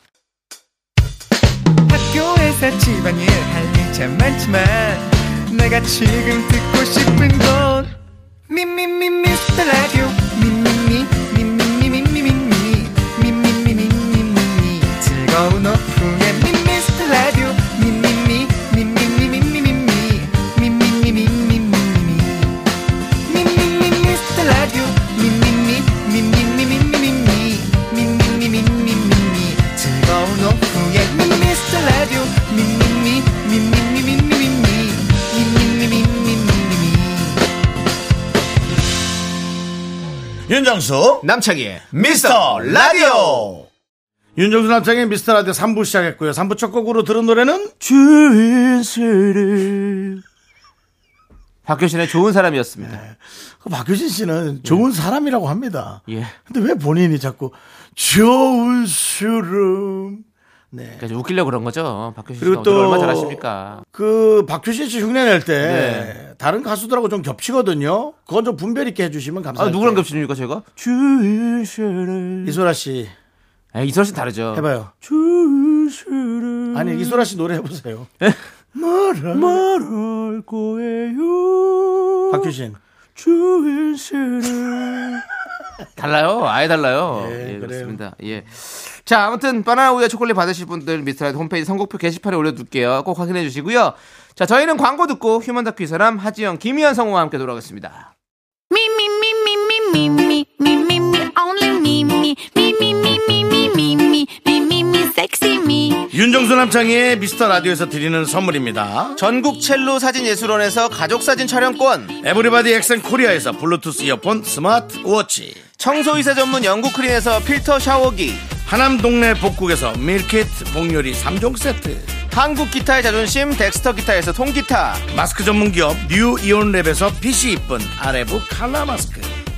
학교에서 집안일 할 일 참 많지만 내가 지금 듣고 싶은 건 미미미 미스터 라디오 미미미 미미미 미미미 미미미 미미미 즐거운 오후에 미스터 라디오 미미미 미미미 미미미 미미미 미미미 윤정수 남창희의 미스터 라디오 윤정수 남창의 미스터 라디오 3부 시작했고요. 3부 첫 곡으로 들은 노래는 박효신의 좋은 사람이었습니다. 그 박효신 씨는 좋은 사람이라고 합니다. 예. 근데 왜 본인이 자꾸 좋은 수름 네. 그러니까 웃기려고 그런 거죠. 박효신 씨가 그리고 또... 또- 얼마나 잘하십니까? 그 박효신 씨 흉내 낼 때 네. 다른 가수들하고 좀 겹치거든요. 그건 좀 분별 있게 해주시면 아, 감사할게요. 누구랑 겹치십니까, 제가? 이소라 씨 아, 이설 씨 다르죠. 해봐요. 아니 이소라 씨 노래 해보세요. 네? 말할, 거예요. 박효신. 달라요. 아예 달라요. 예, 예, 그래요. 그렇습니다. 예. 자, 아무튼 바나나 우유와 초콜릿 받으실 분들 미스터라이트 홈페이지 선곡표 게시판에 올려둘게요. 꼭 확인해 주시고요. 자, 저희는 광고 듣고 휴먼 다큐 이 사람 하지영, 김희연 성우와 함께 돌아오겠습니다. Me, me, me, me, me, me, me, me, me, me, only me, me, me, me, me, me, me, me, me, me, me, me, sexy me. 윤정수 남창희의 미스터 라디오에서 드리는 선물입니다. 전국 첼로 사진 예술원에서 가족 사진 촬영권, 에브리바디 엑센 코리아에서 블루투스 이어폰 스마트 워치. 청소이사 전문 영국 크린에서 필터 샤워기, 하남 동네 복국에서 밀키트 복요리 3종 세트. 한국 기타의 자존심 덱스터 기타에서 통기타, 마스크 전문 기업 뉴 이온랩에서 핏이 이쁜 아레브 칼라 마스크.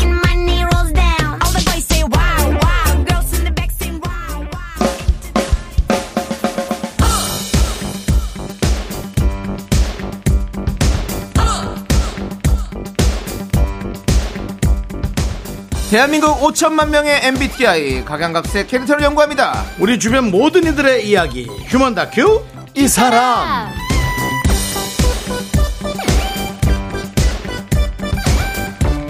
and my knee rolls down. All the boys say wow, wow. Girls in the back say wow, wow. 대한민국 5천만 명의 MBTI 각양각색 캐릭터를 연구합니다. 우리 주변 모든 이들의 이야기. 휴먼 다큐. 이 사람.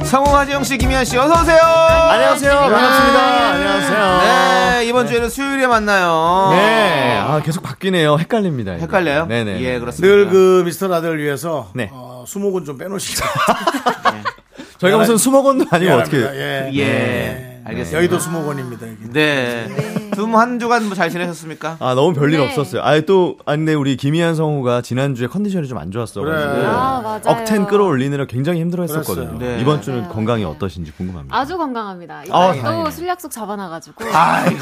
성우 하지영 씨, 김희한 씨, 어서 오세요. 안녕하세요. 네. 반갑습니다. 안녕하세요. 네, 이번 주에는 수요일에 만나요. 네. 아, 계속 바뀌네요. 헷갈립니다. 이거. 헷갈려요? 네네. 예, 그렇습니다. 늘 그 미스터 라디오를 위해서 네. 어, 수목은 좀 빼놓으시죠. 저희가 무슨 수목원도 아니고 어떻게. 미안합니다. 예. 예. 네. 알겠습니다. 여의도 수목원입니다. 여기. 네. 두 분 한 주간 뭐 잘 지내셨습니까? 아, 너무 별일 네. 없었어요. 아, 또, 아, 근데 우리 김희한 성우가 지난주에 컨디션이 좀 안 좋았어가지고. 그래. 아, 맞아요. 억텐 끌어올리느라 굉장히 힘들어 했었거든요. 그랬어요. 네. 이번 주는 건강이 어떠신지 궁금합니다. 아주 건강합니다. 아, 이번에 다행이네. 또 술 약속 잡아놔가지고. 아이고.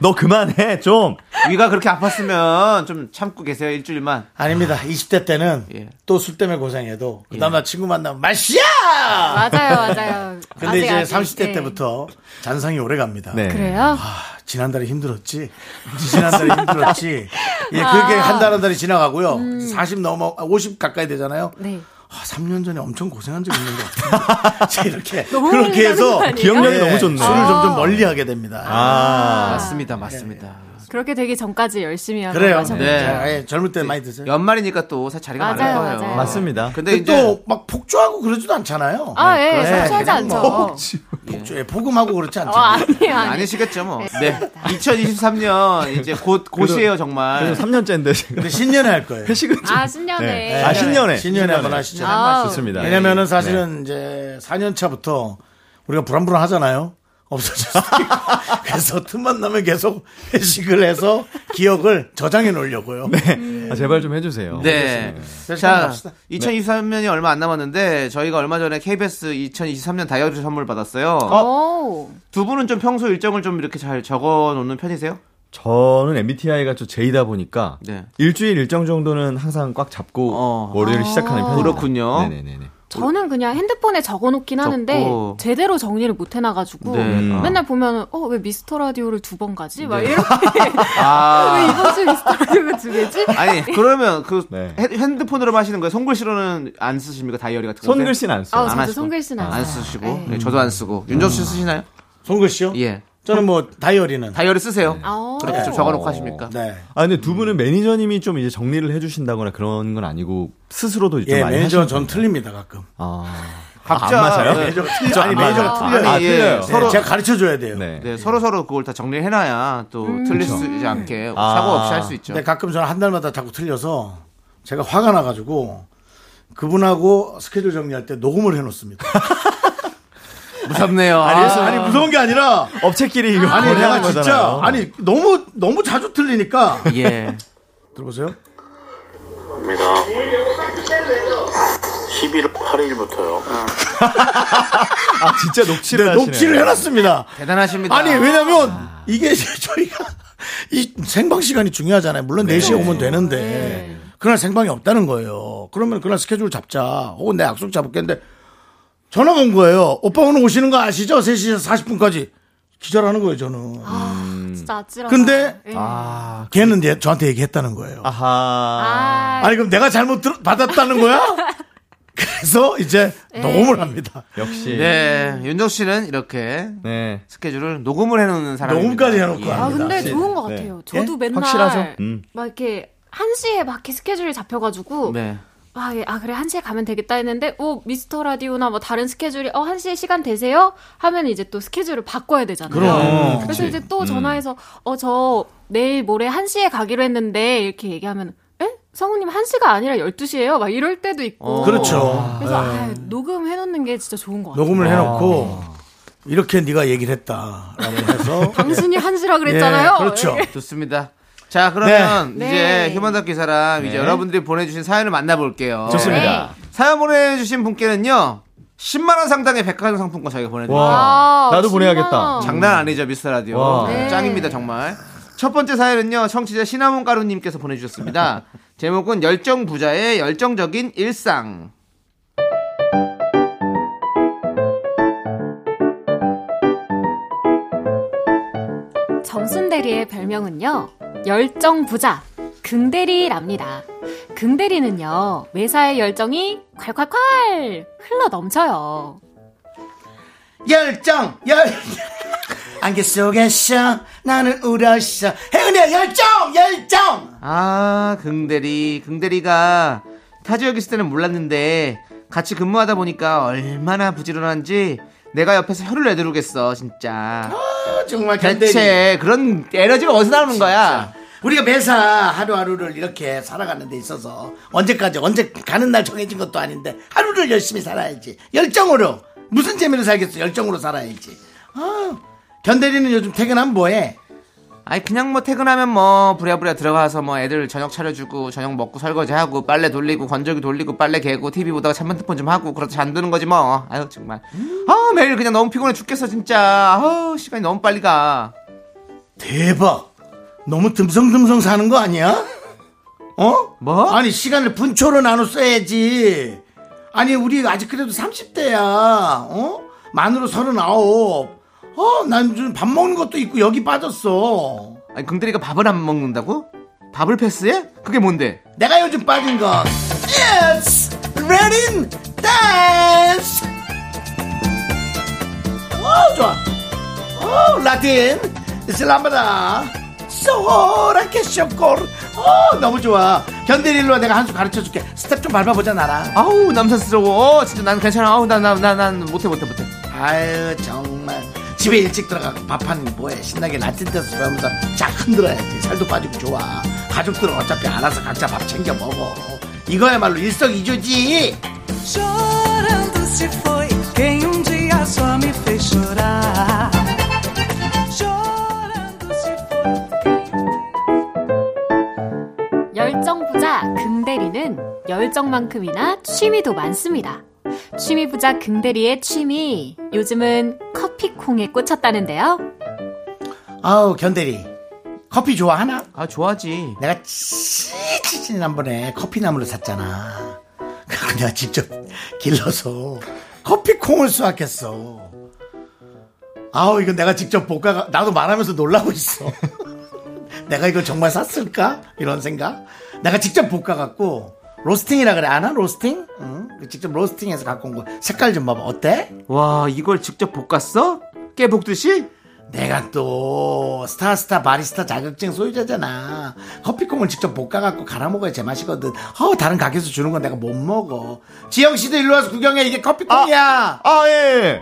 너 그만해, 좀! 위가 그렇게 아팠으면 좀 참고 계세요, 일주일만. 아닙니다. 20대 때는 예. 또 술 때문에 고생해도 예. 그 다음날 친구 만나면 마시야! 맞아요, 맞아요. 근데 이제 아직, 아직. 30대 네. 때부터 잔상이 오래 갑니다. 아, 네. 그래요? 지난달에 힘들었지. 지난달에 힘들었지. 예, 그렇게 한 달 한 달이 지나가고요. 음. 40 넘어, 아, 50 가까이 되잖아요. 네. 아, 3년 전에 엄청 고생한 적 있는 것 같아요. 자, 이렇게. 너무 그렇게 흘리는 해서 예, 거 아니에요? 기억력이 너무 좋네. 술을 점점 멀리 하게 됩니다. 아, 맞습니다, 맞습니다. 그렇게 되기 전까지 열심히 하고. 그래요. 마셨- 네. 자, 예, 젊을 때 많이 드세요. 연말이니까 또 사- 자리가 많을 맞아요, 거예요. 맞아요. 맞습니다. 근데 근데 이제 또 막 폭주하고 그러지도 않잖아요. 아, 예, 네, 상처하지 그냥 않죠. 폭주, 예, 포금하고 그렇지 어, 않잖아요. 아니에요, 아니에요. 아니시겠죠, 뭐. 네. 2023년 이제 곧, 곧이에요, 정말. 그래서 3년째인데 제가 근데 신년에 할 거예요. 예. 회식은 좀. 아, 10년에. 네. 아, 신년에. 신년에 한번 하시죠. 아우. 좋습니다. 예. 왜냐면은 사실은 이제 4년 차부터 우리가 불안불안하잖아요. 없어졌어요. 그래서 틈만 나면 계속 회식을 해서 기억을 저장해 놓으려고요. 네. 아, 제발 좀 해주세요. 네. 열심히 자, 합시다. 2023년이 얼마 안 남았는데 저희가 얼마 전에 KBS 2023년 다이어리 선물 받았어요. 오. 두 분은 좀 평소 일정을 좀 이렇게 잘 적어 놓는 편이세요? 저는 MBTI가 좀 J다 보니까 네. 일주일 일정 정도는 항상 꽉 잡고 어. 월요일 시작하는 편이에요. 그렇군요. 아, 네네네. 저는 그냥 핸드폰에 적어놓긴 하는데 적고. 제대로 정리를 못 해놔가지고 네. 음. 맨날 보면 어 왜 미스터 라디오를 두 번 가지? 막 네. 이렇게 왜 아. 이번 주 미스터 라디오가 두 개지? 아니, 그러면 그 네. 핸- 핸드폰으로 하시는 거예요? 손글씨로는 안 쓰십니까? 다이어리 같은 거. 손글씨는 안 써요. 아, 저도 하시고. 손글씨는 안 안 써요. 쓰시고. 네. 네, 저도 안 쓰고. 아. 윤정수 씨 쓰시나요? 송글 씨요? 예. 저는 뭐 다이어리는 다이어리 쓰세요. 네. 아, 그렇게 좀 적어놓고 하십니까? 네. 아, 근데 두 분은 매니저님이 좀 이제 정리를 해주신다거나 그런 건 아니고 스스로도 좀 예, 많이 매니저 하시는 전 건가요? 틀립니다 가끔. 아, 각자 안 맞아요? 네. 매니저가 틀려. 아니 매니저가 아, 틀려요. 아, 예. 틀려요. 네, 서로 제가 가르쳐 줘야 돼요. 네. 네, 서로 서로 그걸 다 정리해놔야 또 음, 틀릴 그렇죠. 수 있지 않게 아. 사고 없이 할 수 있죠. 근데 가끔 저는 한 달마다 자꾸 틀려서 제가 화가 나가지고 그분하고 스케줄 정리할 때 녹음을 해놓습니다. 아. 무섭네요. 아니, 아. 아니 무서운 게 아니라 업체끼리 이거 아니 거래하는 내가 진짜 어, 거잖아요. 아니 너무 너무 자주 틀리니까 예. 들어보세요. 11월 8일부터요. 아, 진짜 녹취를 네, 하시네. 녹취를 해놨습니다. 대단하십니다. 아니 왜냐면 이게 저희가 이 생방 시간이 중요하잖아요. 물론 4시에 오면 되는데 그날 생방이 없다는 거예요. 그러면 그날 스케줄 잡자. 어, 내 약속 잡을게는데 전화가 온 거예요. 오빠 오늘 오시는 거 아시죠? 3시 40분까지 기절하는 거예요, 저는. 아. 음. 진짜 아찔하다. 근데- 예. 걔는 이제 저한테 얘기했다는 거예요. 아하. 아, 아니 그럼 내가 잘못 들- 받았다는 거야? 그래서 이제 녹음을 합니다. 역시. 네. 네, 윤정 씨는 이렇게 스케줄을 녹음을 해놓는 예. 사람. 녹음까지 해놓고 아, 합니다. 근데 좋은 것 네. 같아요. 저도 맨날 확실하죠? 음. 막 이렇게 1시에 막 이렇게 스케줄이 잡혀가지고 네. 아, 예, 아, 그래, 1시에 가면 되겠다 했는데, 오, 미스터 라디오나 뭐 다른 스케줄이, 어, 1시에 시간 되세요? 하면 이제 또 스케줄을 바꿔야 되잖아요. 그럼. 음. 래서 이제 또 전화해서, 어, 저 내일 모레 1시에 가기로 했는데, 이렇게 얘기하면, 에? 성우님 1시가 아니라 12시예요? 막 이럴 때도 있고. 그렇죠. 그래서, 아, 녹음해놓는 게 진짜 좋은 것 같아요. 녹음을 해놓고 이렇게 네가 얘기를 했다라고 해서 당신이 1시라 예, 그랬잖아요. 그렇죠. 좋습니다. 자, 그러면 네. 이제 네. 휴먼다큐 사람 이제 여러분들이 보내주신 사연을 만나볼게요. 네. 좋습니다. 사연 보내주신 분께는요, 10만 원 상당의 백화점 상품권 저희가 어. 보내드립니다. 와. 아, 나도 10만 보내야겠다. 원. 장난 아니죠 미스터 라디오 와. 네. 짱입니다 정말 첫 번째 사연은요 청취자 시나몬 가루님께서 보내주셨습니다 제목은 열정 부자의 열정적인 일상 정순대리의 별명은요 열정부자 긍대리랍니다 긍대리는요 매사에 열정이 콸콸콸 흘러 넘쳐요 예. 예. 열정 열 안개 속에서 나는 울었어 행운의 열정 열정 아 긍대리 긍대리가 타 지역에 있을 때는 몰랐는데 같이 근무하다 보니까 얼마나 부지런한지 내가 옆에서 혀를 내두르겠어 진짜 아, 정말 견대기. 대체 그런 에너지가 어디서 나오는 거야 우리가 매사 하루하루를 이렇게 살아가는 데 있어서 언제까지 언제 가는 날 정해진 것도 아닌데 하루를 열심히 살아야지 열정으로 무슨 재미로 살겠어 열정으로 살아야지 아, 견대리는 요즘 퇴근하면 뭐해 아니 그냥 뭐 퇴근하면 뭐 부랴부랴 들어가서 뭐 애들 저녁 차려주고 저녁 먹고 설거지하고 빨래 돌리고 건조기 돌리고 빨래 개고 TV 보다가 잠만폰 좀 하고 그러다 잠드는 거지 뭐 아유 정말 아 매일 그냥 너무 피곤해 죽겠어 진짜 아 시간이 너무 빨리 가 대박 너무 듬성듬성 사는 거 아니야? 어? 뭐? 아니 시간을 분초로 나눠 써야지 아니 우리 아직 그래도 30대야 어? 만으로 39 어? 난 요즘 밥 먹는 것도 있고 여기 빠졌어 아니 금대리가 밥을 안 먹는다고? 밥을 패스해? 그게 뭔데? 내가 요즘 빠진 건 Yes! Ready? Dance! 오, 좋아. 오, 라틴. 슬람바다. 소라케 쇼콜. 오, 너무 좋아. 견디릴로 내가 한 수 가르쳐 줄게. 스텝 좀 밟아보자, 나랑. 아우 남사스러워 어, 진짜 난 괜찮아 아우 난난난 못해 못해 못해 아유, 정말. 집에 일찍 들어가고 밥하는 게 뭐해. 신나게 라틴 댄스 배우면서 쫙 흔들어야지. 살도 빠지고 좋아. 가족들은 어차피 알아서 각자 밥 챙겨 먹어. 이거야말로 일석이조지. Chorando se foi quem um dia só me fez chorar. Chorando se 열정 부자 금대리는 열정만큼이나 취미도 많습니다. 취미 부자 금대리의 취미 요즘은 커피콩에 꽂혔다는데요. 아우 견대리 커피 좋아하나? 아 좋아하지 내가 치치 지난번에 커피나무를 샀잖아 그거 내가 직접 길러서 커피콩을 수확했어 아우 이거 내가 직접 볶아 나도 말하면서 놀라고 있어 내가 이걸 정말 샀을까? 이런 생각 내가 직접 볶아갖고 로스팅이라 그래 아나 로스팅? 응? 직접 로스팅해서 갖고 온 거 색깔 좀 봐봐 어때? 와 이걸 직접 볶았어? 깨 볶듯이? 내가 또 스타스타 바리스타 자격증 소유자잖아. 커피콩을 직접 볶아갖고 갈아 먹어야 제맛이거든. 어, 다른 가게에서 주는 건 내가 못 먹어. 지영 씨도 일로 와서 구경해. 이게 커피콩이야. 아, 예, 예.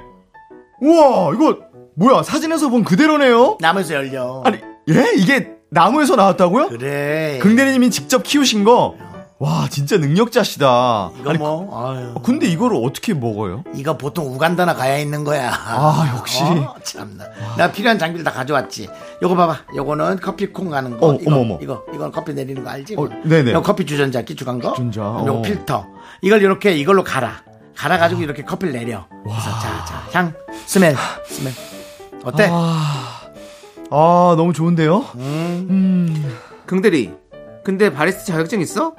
우와, 아, 이거 뭐야? 사진에서 본 그대로네요. 나무에서 열려. 아니, 예? 이게 나무에서 나왔다고요? 그래. 긍대리님이 직접 키우신 거. 와, 진짜 능력자시다. 이거 아니, 뭐? 아유. 그- 근데 이거를 어떻게 먹어요? 이거 보통 우간다나 가야 있는 거야. 아, 역시. 어, 참나. 나 필요한 장비를 다 가져왔지. 요거 봐봐. 요거는 커피콩 가는 거. 어, 이거, 어머, 어머. 이거, 이건 커피 내리는 거 알지? 어, 네네. 요 커피 주전자 기축한 거. 주전자, 요 어. 필터. 이걸 이렇게 이걸로 갈아. 갈아가지고 이렇게 커피를 내려. 그래서 자, 자, 향, 스멜, 스멜. 어때? 아, 너무 좋은데요? 긍대리 근데 바리스타 자격증 있어?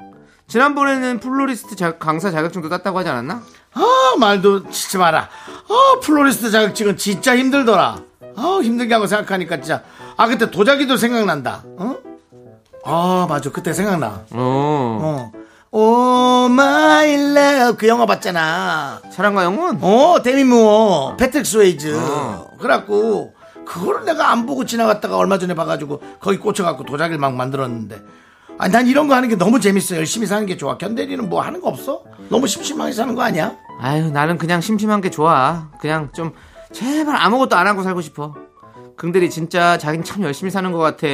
지난번에는 플로리스트 자- 강사 자격증도 땄다고 하지 않았나? 아, 말도 치지 마라. 아, 플로리스트 자격증은 진짜 힘들더라. 아, 힘들게 하고 생각하니까 진짜. 아, 그때 도자기도 생각난다. 어? 아, 맞아. 그때 생각나. 어 어. 오 마이 러브 그 영화 봤잖아. 사랑과 영혼? 어 데미 무어 패트릭 스웨이즈. 어. 그래갖고 그거를 내가 안 보고 지나갔다가 얼마 전에 봐가지고 거기 꽂혀갖고 도자기를 막 만들었는데. 아니 난 이런 거 하는 게 너무 재밌어. 열심히 사는 게 좋아. 견대리는 뭐 하는 거 없어? 너무 심심하게 사는 거 아니야? 아유 나는 그냥 심심한 게 좋아 그냥 좀 제발 아무것도 안 하고 살고 싶어 긍들이 진짜 자긴 참 열심히 사는 것 같아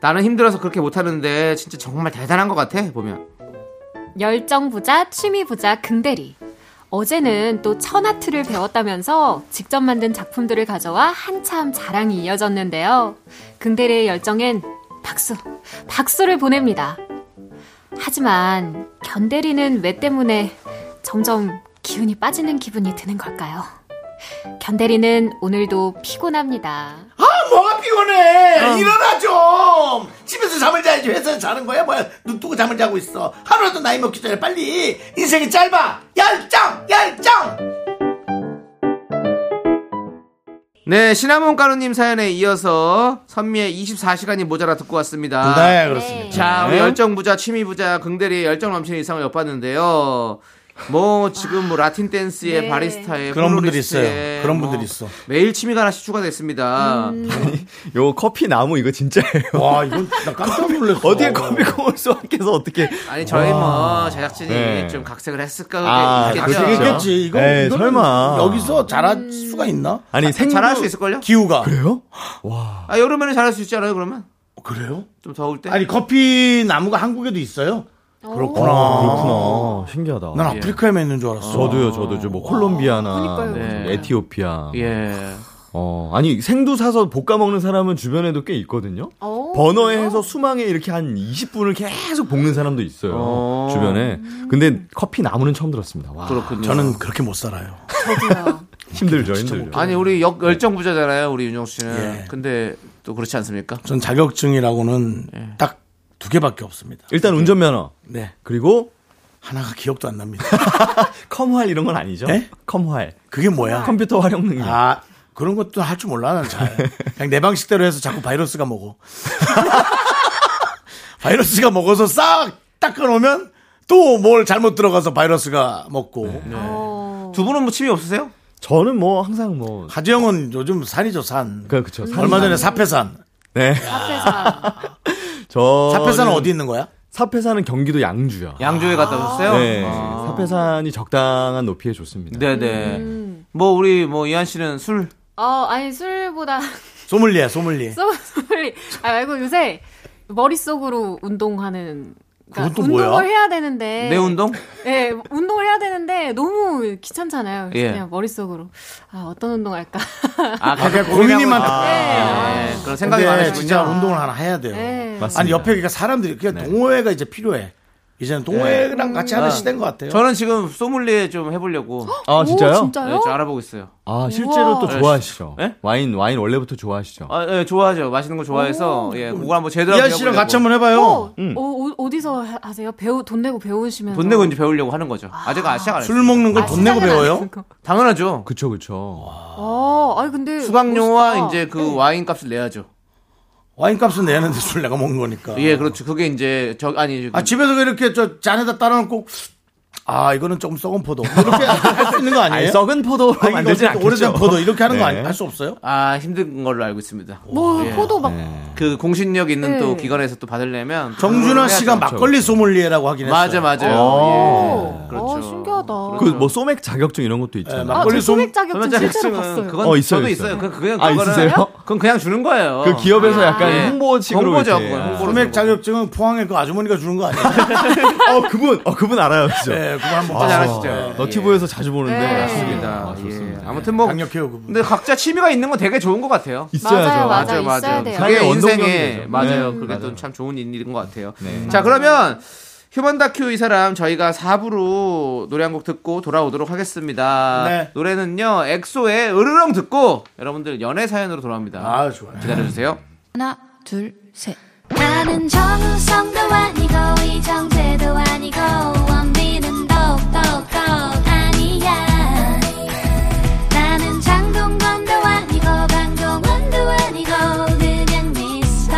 나는 힘들어서 그렇게 못하는데 진짜 정말 대단한 것 같아 보면 열정 부자 취미 부자 금대리. 어제는 또 천아트를 배웠다면서 직접 만든 작품들을 가져와 한참 자랑이 이어졌는데요. 금대리의 열정엔 박수, 박수를 보냅니다. 하지만 견대리는 왜 때문에 점점 기운이 빠지는 기분이 드는 걸까요? 견대리는 오늘도 피곤합니다. 아 뭐가 피곤해 일어나 좀 집에서 잠을 자야지 회사에서 자는 거야 뭐야 눈 뜨고 잠을 자고 있어 하루라도 나이 먹기 전에 빨리 인생이 짧아 열정 열정 네 시나몬 가루님 사연에 이어서 선미의 24시간이 모자라 듣고 왔습니다 그렇습니다. 자, 우리 열정부자, 취미부자, 긍대리의 열정 넘치는 이상을 엿봤는데요. 뭐 지금 뭐 라틴 댄스의 네. 바리스타의 그런 분들이 있어요. 플로리스트의 그런 뭐 분들이 있어. 매일 취미가 하나씩 추가됐습니다. 요 커피 나무 이거 진짜예요. 와, 아, 이건 나 깜짝 놀랐어. 어떻게 커피 공을 쏘아서 어떻게 아니 저희 뭐 제작진이 네. 좀 각색을 했을까 아, 있겠죠. 각색이 있겠죠. 그렇겠지. 이거 에이, 이거는 네, 설마. 여기서 잘할 수가 있나? 아니 생두 잘할 수 있을걸요? 기우가 그래요? 아 여름에는 잘할 수 있지 않아요 그러면? 어, 그래요? 좀 더울 때? 아니 커피 나무가 한국에도 있어요? 그렇구나. 어, 그렇구나. 신기하다. 난 아프리카에만 있는 줄 알았어. 저도요, 저도 저 뭐 콜롬비아나 그러니까요. 뭐 네. 에티오피아. 예. 어, 아니 생두 사서 볶아 먹는 사람은 주변에도 꽤 있거든요. 어, 버너에 해서 수망에 이렇게 한 20분을 계속 볶는 사람도 있어요. 어. 주변에. 근데 커피 나무는 처음 들었습니다. 와. 그렇군요. 저는 그렇게 못 살아요. 저도요. 힘들죠, 힘들죠. 아니 우리 역, 열정 부자잖아요 우리 윤정 씨는. 예. 근데 또 그렇지 않습니까? 전 자격증이라고는 네. 딱 두 개밖에 없습니다. 일단 운전면허. 네. 그리고 하나가 기억도 안 납니다. 컴활 이런 건 아니죠? 에? 컴활. 그게 뭐야? 컴퓨터 활용 능력. 아, 그런 것도 할 줄 몰라, 난 잘. 그냥 내 방식대로 해서 자꾸 바이러스가 먹어. 바이러스가 먹어서 싹 닦아놓으면 또 뭘 잘못 들어가서 바이러스가 먹고. 어. 두 분은 뭐 취미 없으세요? 저는 뭐 항상 뭐 하지영은 요즘 산이죠, 산. 그 그쵸. 산- 얼마 전에 사패산. 네. 카페사. 저 사패산은 어디 있는 거야? 사패산은 경기도 어. 양주야. 양조에 갔다 오셨어요? 네. 아. 사패산이 적당한 높이에 좋습니다. 네네. 음. 뭐 우리 뭐 이한 씨는 술 어, 아니 술보다 소믈리에, 소믈리에. 소리. 아 말고 요새 머릿속으로 운동하는. 그건 그러니까 또 운동을 뭐야? 해야 되는데. 내 운동? 예, 운동을 해야 되는데 너무 귀찮잖아요. 그래서 예. 그냥 머릿속으로 아 어떤 운동 할까. 아, 아, 그냥 계속 고민이 고민하고- 많다. 네, 아. 그런 생각이 근데 많으시군요. 진짜 운동을 하나 해야 돼요. 네. 어, 맞습니다. 아니, 옆에 그러니까 사람들이, 그냥 동호회가 이제 필요해. 이제는 동호회랑 같이 하는 시대인 것 같아요. 저는 지금 소믈리에 좀 해보려고 아, 진짜요? 오, 네, 어, 진짜요? 좀 알아보고 있어요. 아, 실제로 또 우와. 좋아하시죠. 예? 와인 와인 원래부터 좋아하시죠. 아, 예, 좋아하죠. 맛있는 거 좋아해서 예, 그거 한번 제대로 이한 한번 씨랑 해보려고. 같이 한번 해봐요. 어, 음. 어, 어, 디서 하세요? 배우 돈 내고 배우시면 돈 내고 이제 배우려고 하는 거죠. 아직 아, 시작 안 했어요. 술 먹는 걸 돈 내고 배워요? 당연하죠. 그쵸 그쵸. 어, 아니 근데 수강료와 멋있다. 네. 이제 그 와인 값을 내야죠. 와인값은 내는데 술 내가 먹는 거니까. 예, 그렇죠. 그게 이제 저 아니 아 집에서 이렇게 저 잔에다 따라놓고 아 이거는 조금 썩은 포도 뭐 이렇게 할 수 있는 거 아니, 아니에요? 썩은 포도로 아니, 만들진 이거 않겠죠. 오래된 포도 이렇게 하는 네. 거 할 수 없어요? 아, 힘든 걸로 알고 있습니다. 뭐 포도 막 그 공신력 있는 네. 또 기관에서 또 받으려면 정준하 해야죠. 씨가 막걸리 소믈리에라고 하긴 했어요. 맞아 맞아요. 예, 어, 신기하다. 그렇죠. 그 뭐 소맥 자격증 이런 것도 예, 있잖아요. 아, 막걸리 저 소 소맥 자격증 소매자 실제로 학생은 봤어요. 그건 어, 있어요, 있어요, 저도 있어요. 있어요. 그 그냥 아, 그거는- 있으세요? 그건 그냥 주는 거예요. 그 기업에서 약간 예. 홍보식으로 홍보죠, 이렇게. 아, 그건. 홍보로 소맥 자격증은 포항에 그 아주머니가 주는 거 아니에요? 어 그분 어 그분 알아요, 그죠? 네, 그거 한번 진짜 봐서 잘하시죠. 너티브에서 자주 보는데 네. 맞습니다. 아, 아, 좋습니다. 예. 아무튼 뭐 강력해요 그분. 근데 각자 취미가 있는 건 되게 좋은 것 같아요. 있어야죠. 맞아요, 맞아요. 있어야 돼요. 음. 그게 사회의 원동력이 인생에 되죠. 맞아요. 네. 그게 또 참 좋은 일인 것 같아요. 자 그러면 휴먼 다큐 이 사람 저희가 4부로 노래 한 곡 듣고 돌아오도록 하겠습니다. 네. 노래는요 엑소의 으르렁 듣고 여러분들 연애 사연으로 돌아옵니다. 아 좋아요. 기다려주세요. 하나, 둘, 셋. 나는 정우성도 아니고 이정재도 아니고 원빈은 더욱더 아니야 나는 장동건도 아니고 강동원도 아니고 그냥 미스터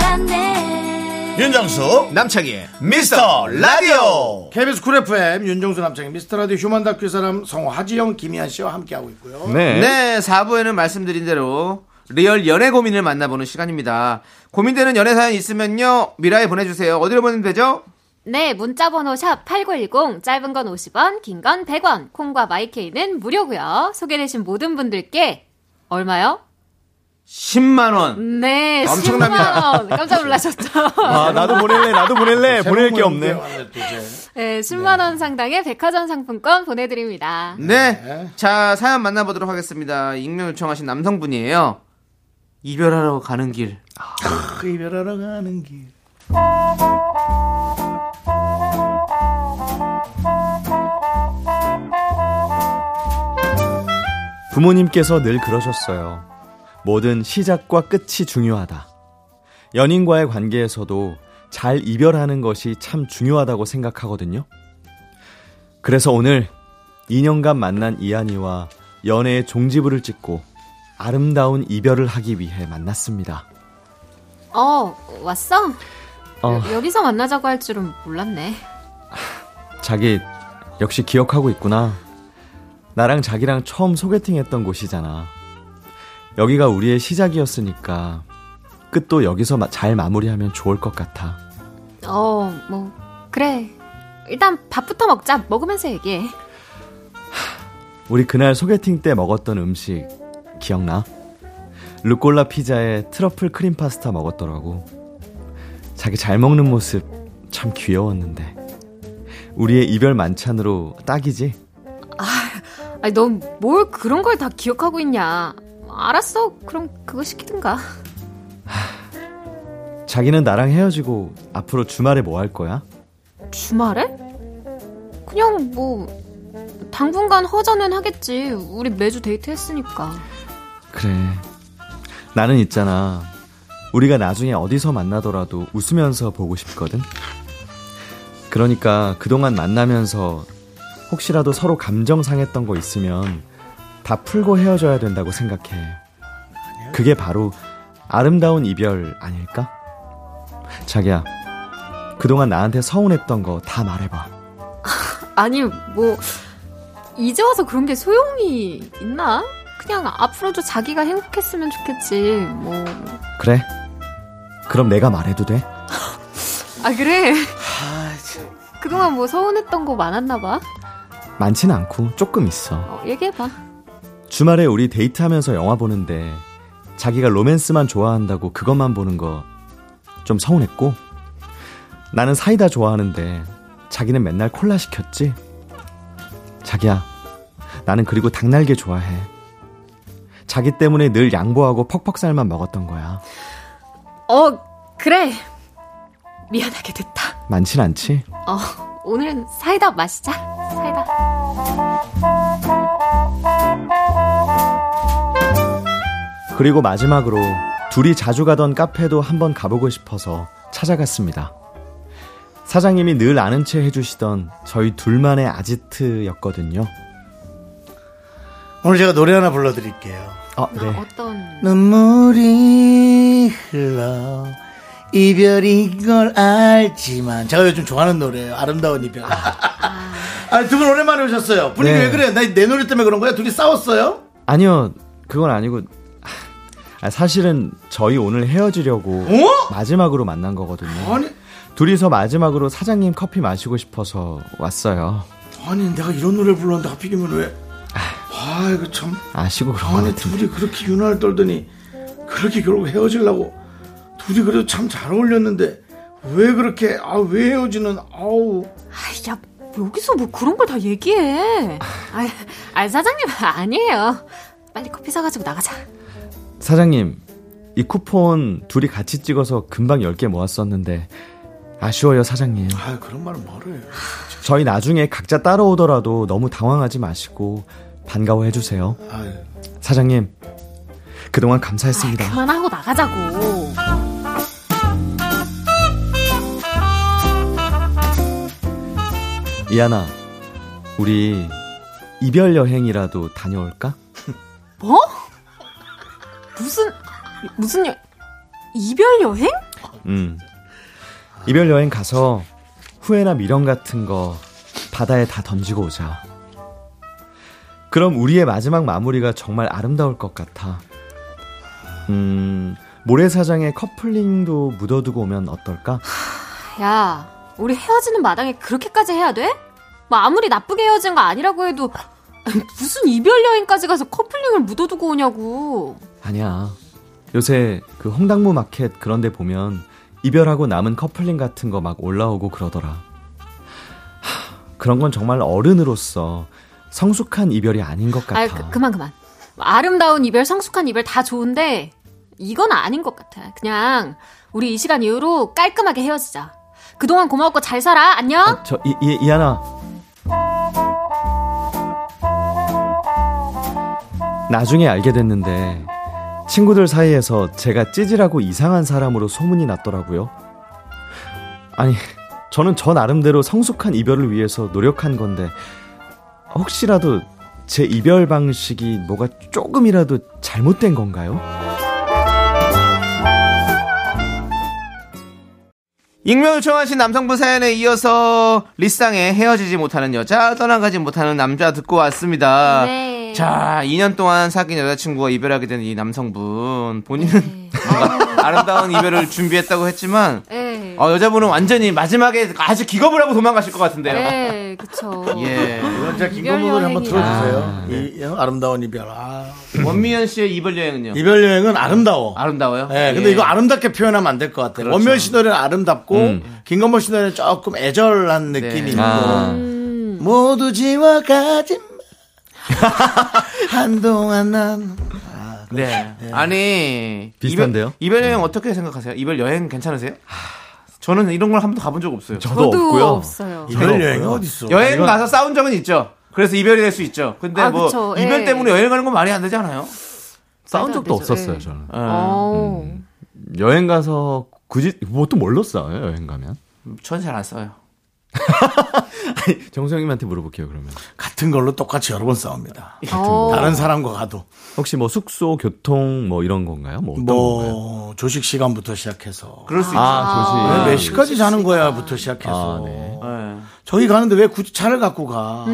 미스터란데 윤정수 남창희 미스터 라디오 KBS 쿨 FM 윤종수 남창의 미스터라디오 휴먼다큐 사람 성호 하지영 김희한 씨와 함께하고 있고요. 네. 네, 4부에는 말씀드린 대로 리얼 연애 고민을 만나보는 시간입니다. 고민되는 연애 사연 있으면요, 미라에 보내주세요. 어디로 보내면 되죠? 네, 문자 번호 샵 8910 짧은 건 50원, 긴 건 100원. 콩과 마이케이는 무료고요. 소개되신 모든 분들께 얼마요? 10만원. 네, 엄청납니다. 10만 원. 깜짝 놀라셨죠? 아 나도 보낼래, 나도 보낼래, 보낼 게 새로운 없네. 모양새와 이제 네, 10만 원 상당의 백화점 상품권 보내 드립니다. 네. 자, 사연 만나보도록 하겠습니다. 익명 요청하신 남성분이에요. 이별하러 가는 길. 그 이별하러 가는 길. 부모님께서 늘 그러셨어요. 모든 시작과 끝이 중요하다. 연인과의 관계에서도 잘 이별하는 것이 참 중요하다고 생각하거든요. 그래서 오늘 2년간 만난 이한이와 연애의 종지부를 찍고 아름다운 이별을 하기 위해 만났습니다. 어, 왔어? 어, 여- 여기서 만나자고 할 줄은 몰랐네. 자기 역시 기억하고 있구나. 나랑 자기랑 처음 소개팅했던 곳이잖아. 여기가 우리의 시작이었으니까 끝도 여기서 마- 잘 마무리하면 좋을 것 같아. 어, 뭐, 그래. 일단 밥부터 먹자. 먹으면서 얘기해. 우리 그날 소개팅 때 먹었던 음식 기억나? 루꼴라 피자에 트러플 크림 파스타 먹었더라고. 자기 잘 먹는 모습 참 귀여웠는데. 우리의 이별 만찬으로 딱이지? 아니, 넌 뭘 그런 걸 다 기억하고 있냐. 알았어. 그럼 그거 시키든가. 자기는 나랑 헤어지고 앞으로 주말에 뭐 할 거야? 주말에? 그냥 뭐, 당분간 허전은 하겠지. 우리 매주 데이트 했으니까. 그래. 나는 있잖아. 우리가 나중에 어디서 만나더라도 웃으면서 보고 싶거든. 그러니까 그동안 만나면서 혹시라도 서로 감정 상했던 거 있으면 다 풀고 헤어져야 된다고 생각해. 그게 바로 아름다운 이별 아닐까? 자기야, 그동안 나한테 서운했던 거 다 말해봐. 아니, 뭐, 이제 와서 그런 게 소용이 있나? 그냥 앞으로도 자기가 행복했으면 좋겠지. 뭐. 그래? 그럼 내가 말해도 돼? 아, 그래. 그동안 뭐 서운했던 거 많았나 봐. 많진 않고 조금 있어. 어, 얘기해봐. 주말에 우리 데이트하면서 영화 보는데 자기가 로맨스만 좋아한다고 그것만 보는 거 좀 서운했고 나는 사이다 좋아하는데 자기는 맨날 콜라 시켰지 자기야 나는 그리고 닭날개 좋아해 자기 때문에 늘 양보하고 퍽퍽살만 먹었던 거야 어, 그래. 미안하게 됐다. 많진 않지 어, 오늘은 사이다 마시자. 사이다. 그리고 마지막으로 둘이 자주 가던 카페도 한번 가보고 싶어서 찾아갔습니다. 사장님이 늘 아는 채 해주시던 저희 둘만의 아지트였거든요. 오늘 제가 노래 하나 불러드릴게요. 아, 네. 어떤 눈물이 흘러 이별인 걸 알지만 제가 요즘 좋아하는 노래예요. 아름다운 이별. 아, 두 분 오랜만에 오셨어요. 분위기 네. 왜 그래? 나 내 노래 때문에 그런 거야? 둘이 싸웠어요? 아니요, 그건 아니고. 아, 사실은 저희 오늘 헤어지려고 마지막으로 만난 거거든요. 아니. 둘이서 마지막으로 사장님 커피 마시고 싶어서 왔어요. 아니 내가 이런 노래 불렀는데 하필이면 왜? 아 이거 참. 아시고 그런 거 아니 같은데. 둘이 그렇게 유난을 떨더니 그렇게 결국 헤어지려고 둘이 그래도 참 잘 어울렸는데 왜 그렇게 아 왜 헤어지는 아우 아, 야, 여기서 뭐 그런 걸 다 얘기해. 아, 아, 사장님 아니에요. 빨리 커피 사가지고 나가자. 사장님, 이 쿠폰 둘이 같이 찍어서 금방 10개 모았었는데 아쉬워요, 사장님. 아 그런 말은 뭐래? 저희 나중에 각자 따라오더라도 너무 당황하지 마시고 반가워해 주세요. 아유. 사장님, 그동안 네. 감사했습니다. 그만하고 나가자고. 이하나, 우리 이별 여행이라도 다녀올까? 뭐? 무슨 무슨 여, 이별 여행? 음. 아. 이별 여행 가서 후회나 미련 같은 거 바다에 다 던지고 오자. 그럼 우리의 마지막 마무리가 정말 아름다울 것 같아. 음, 모래사장에 커플링도 묻어두고 오면 어떨까? 야, 우리 헤어지는 마당에 그렇게까지 해야 돼? 뭐 아무리 나쁘게 헤어진 거 아니라고 해도 무슨 이별 여행까지 가서 커플링을 묻어두고 오냐고. 아니야. 요새 그 홍당무 마켓 그런 데 보면 이별하고 남은 커플링 같은 거 막 올라오고 그러더라. 하, 그런 건 정말 어른으로서 성숙한 이별이 아닌 것 같아. 아, 그, 그만 그만. 아름다운 이별, 성숙한 이별 다 좋은데 이건 아닌 것 같아. 그냥 우리 이 시간 이후로 깔끔하게 헤어지자. 그동안 고마웠고 잘 살아. 안녕. 어, 저, 이, 이, 이하나. 나중에 알게 됐는데, 친구들 사이에서 제가 찌질하고 이상한 사람으로 소문이 났더라고요. 아니, 저는 저 나름대로 성숙한 이별을 위해서 노력한 건데, 혹시라도 제 이별 방식이 뭐가 조금이라도 잘못된 건가요? 익명 요청하신 남성분 사연에 이어서 리쌍의 헤어지지 못하는 여자, 떠나가지 못하는 남자 듣고 왔습니다. 네. 어, 아, 자, 2년 동안 사귄 여자친구와 이별하게 된 이 남성분 본인은 뭔가 아름다운 이별을 준비했다고 했지만 네. 어, 여자분은 완전히 마지막에 아주 기겁을 하고 도망가실 것 같은데요. 네, 그쵸. 예. 자, 이별 김건모를 한번 여행이라. 들어주세요. 이 아름다운 이별. 아. 원미연 씨의 이별 여행은요? 이별 여행은 아름다워. 아름다워요? 예, 근데 예. 이거 아름답게 표현하면 안 될 것 같아요. 그렇죠. 원면 씨 노래는 아름답고, 김건모 씨 노래는 조금 애절한 네. 느낌이 있고, 아. 모두 지워가지 마. 한동안 난. 네. 아니 비슷한데요? 이별, 이별 여행 어떻게 생각하세요? 이별 여행 괜찮으세요? 하, 저는 이런 걸 한 번도 가본 적 없어요. 저도 저도 없고요. 없어요. 이별 여행이 어딨어? 여행 이건- 가서 싸운 적은 있죠. 그래서 이별이 될 수 있죠. 근데 아, 뭐 그쵸. 이별 예. 때문에 여행 가는 건 말이 안 되잖아요. 싸운 말도 안 적도 되죠. 없었어요, 예. 네, 저는. 어. 여행 가서 굳이 뭐또 뭘로 싸워요, 여행 가면? 전 잘 안 써요. 정수영님한테 물어볼게요, 그러면. 같은 걸로 똑같이 여러 번 싸웁니다. 어. 예, 다른 사람과 가도. 혹시 뭐 숙소, 교통 뭐 이런 건가요? 뭐 어떤 건가요? 뭐, 조식 시간부터 시작해서. 그럴 수 아, 조심. 왜몇 시까지 자는 거야부터 시작해서. 아, 네. 있죠. 예. 저기 가는데 왜 굳이 차를 갖고 가?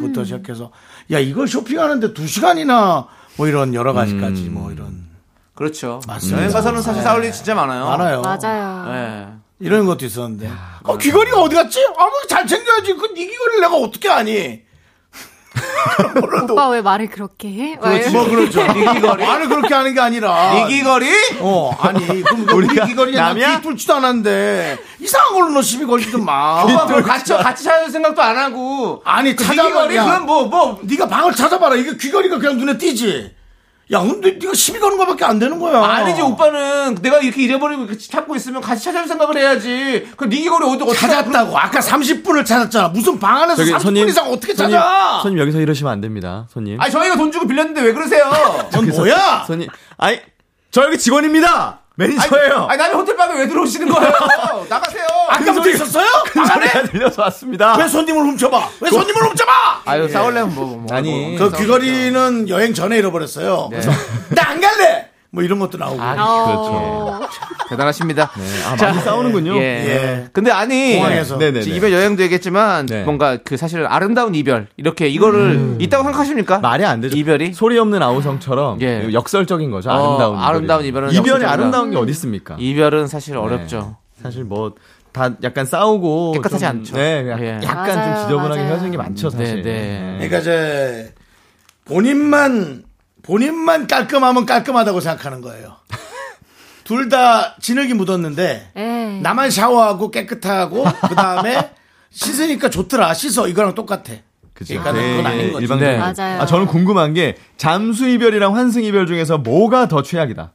부터 시작해서 야 이걸 쇼핑하는데 두 시간이나 뭐 이런 여러 가지까지 뭐 이런 그렇죠. 맞습니다. 여행 가서는 네. 사실 싸울 일이 진짜 많아요. 많아요. 맞아요. 예. 이런 것도 있었는데 어, 귀걸이가 어디 갔지? 아무 뭐 잘 챙겨야지. 그네 귀걸이를 내가 어떻게 아니? 몰라도 오빠 왜 말을 그렇게 해? 막 그렇지. 이러면서. 뭐 그렇죠. 니귀걸이 말을 그렇게 하는 게 아니라 이기거리? 어 아니 그럼 우리 귀걸이 남이 뚫지도 않았는데 이상한 걸로 너 시비 걸지도 마. 오빠 뭐 같이 같이 찾을 생각도 안 하고. 아니 그 찾아봐. 이기거리 그건 야, 뭐 뭐. 네가 방을 찾아봐라. 이게 귀걸이가 그냥 눈에 띄지. 야, 근데 네가 시비 거는 거밖에 안 되는 거야. 아니지 오빠는 내가 이렇게 잃어버리고 이렇게 찾고 있으면 같이 찾아줄 생각을 해야지. 그럼 니기거리 어디 어떻게 찾았다고. 아까 30분을 찾았잖아. 무슨 방 안에서 저기 30분 손님, 이상 어떻게 손님, 찾아? 손님 여기서 이러시면 안 됩니다, 손님. 아니 저희가 돈 주고 빌렸는데 왜 그러세요? 넌 뭐야? 손님, 아니 저 여기 직원입니다. 매니저예요. 아니 나는 호텔 방에 왜 들어오시는 거예요? 나가세요. 아까부터 있었어요? 소리가 들려서 왔습니다. 왜 손님을 훔쳐봐? 왜 손님을 훔쳐봐? 네. 아유 싸울래면 뭐, 뭐 아니, 그 귀걸이는 여행 전에 잃어버렸어요. 그래서 나 안 갈래. 뭐 이런 것도 나오고. 아, 어. 그렇죠. 대단하십니다. 아, 많이 싸우는군요. 네. 예. 예. 근데 아니 공항에서. 네네. 지금 이별 여행도 얘기했지만 네. 뭔가 그 사실 아름다운 이별 이렇게 이거를 음. 있다고 생각하십니까? 말이 안 되죠. 이별이? 소리 없는 아우성처럼 예. 역설적인 거죠. 어, 아름다운 아름다운 이별은 이별이 역설적이다. 아름다운 게 어디 있습니까? 이별은 사실 어렵죠. 사실 네. 뭐 다 약간 싸우고 깨끗하지 좀, 않죠. 네, 그냥 예. 약간 맞아요, 좀 지저분하게 맞아요. 헤어진 게 많죠, 사실. 네, 네. 그러니까 이제 본인만 본인만 깔끔하면 깔끔하다고 생각하는 거예요. 둘 다 진흙이 묻었는데 예. 나만 샤워하고 깨끗하고 그 다음에 씻으니까 좋더라 씻어 이거랑 똑같아. 그죠. 그러니까 그건 아닌 거지. 일반적인 네. 맞아요. 아, 저는 궁금한 게 잠수 이별이랑 환승 이별 중에서 뭐가 더 최악이다.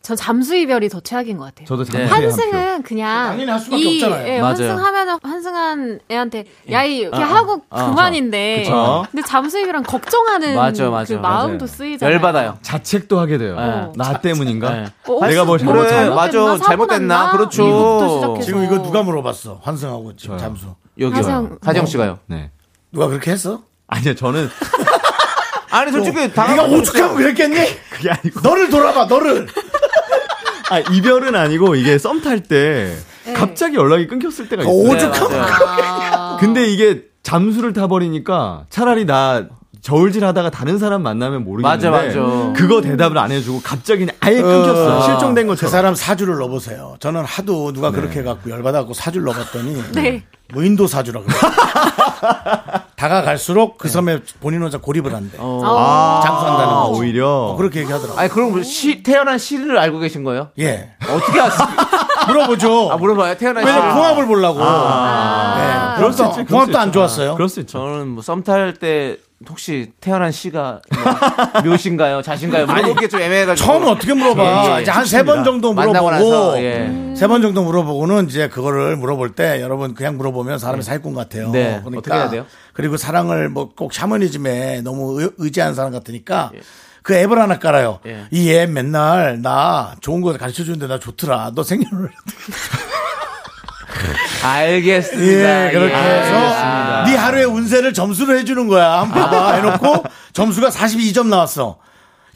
전 잠수 이별이 더 최악인 것 같아요. 저도 잠수 네. 이별 한 표. 환승은 그냥 당연히 할 수밖에 이- 없잖아요. 맞아요. 예. 예, 아, 환승하면 환승한 애한테 야이 이렇게 하고 그만인데. 그쵸. 근데 잠수 이별은 걱정하는 네. 맞아, 맞아, 그 마음도 맞아요. 쓰이잖아요. 열받아요. 자책도 하게 돼요. 네. 나 때문인가? 네. 어, 내가 뭘 뭐 잘못한 그래, 거? 맞아. 잘못됐나? 잘못됐나? 사고 났나? 그렇죠. 이것부터 시작해서. 지금 이거 누가 물어봤어? 환승하고 지금 잠수. 여기요. 하정- 하정 씨가요. 네. 누가 그렇게 했어? 아니요, 저는 아니 솔직히 당한 네가 건 오죽하면 그랬겠니? 그게 아니고 너를 돌아봐 너를. 아, 이별은 아니고 이게 썸 탈 때 네. 갑자기 연락이 끊겼을 때가 있어요. 오죽하면 네, 아. 근데 이게 잠수를 타버리니까 차라리 나 저울질하다가 다른 사람 만나면 모르겠는데 맞아, 맞아. 그거 대답을 안 해주고 갑자기 그냥 아예 끊겼어 어. 실종된 그 것처럼 사람 사주를 넣어보세요. 저는 하도 누가 그렇게 갖고 열받아갖고 사주를 넣어봤더니 뭐 네. 무인도 사주라 그래. 다가갈수록 그 섬에 본인 혼자 고립을 한대. 어. 잠수한다는 아, 거. 오히려 어, 그렇게 얘기하더라고. 아니 그럼 시, 태어난 시를 알고 계신 거예요? 예. 어떻게 아세요? 물어보죠. 아 물어봐요. 태어난 시. 왜냐면 궁합을 보려고. 네. 그럴 수 있지, 궁합도, 그럴 궁합도 수 안 있죠. 좋았어요. 그럴 수 있죠 저는 뭐 썸 탈 때 혹시 태어난 시가 뭐 묘신가요, 자신가요? 물어보기 게좀 애매해가지고. 처음 어떻게 물어봐. 예, 예. 이제 한 세 번 정도 만나고 물어보고 나서, 예. 세 번 정도 물어보고는 이제 그거를 물어볼 때 여러분 그냥 물어보면 사람이 사기꾼 같아요. 그러니까 네, 어떻게 해야 돼요? 그리고 사랑을 뭐 꼭 샤머니즘에 너무 의- 의지하는 사람 같으니까 그 앱을 하나 깔아요. 예. 이 앱 맨날 나 좋은 거 가르쳐 주는데 나 좋더라. 너 생년월일. 알겠습니다. 예, 그렇게 예, 알겠습니다. 해서 네 하루의 운세를 점수로 해주는 거야. 한번 봐봐 해놓고 점수가 42점 나왔어.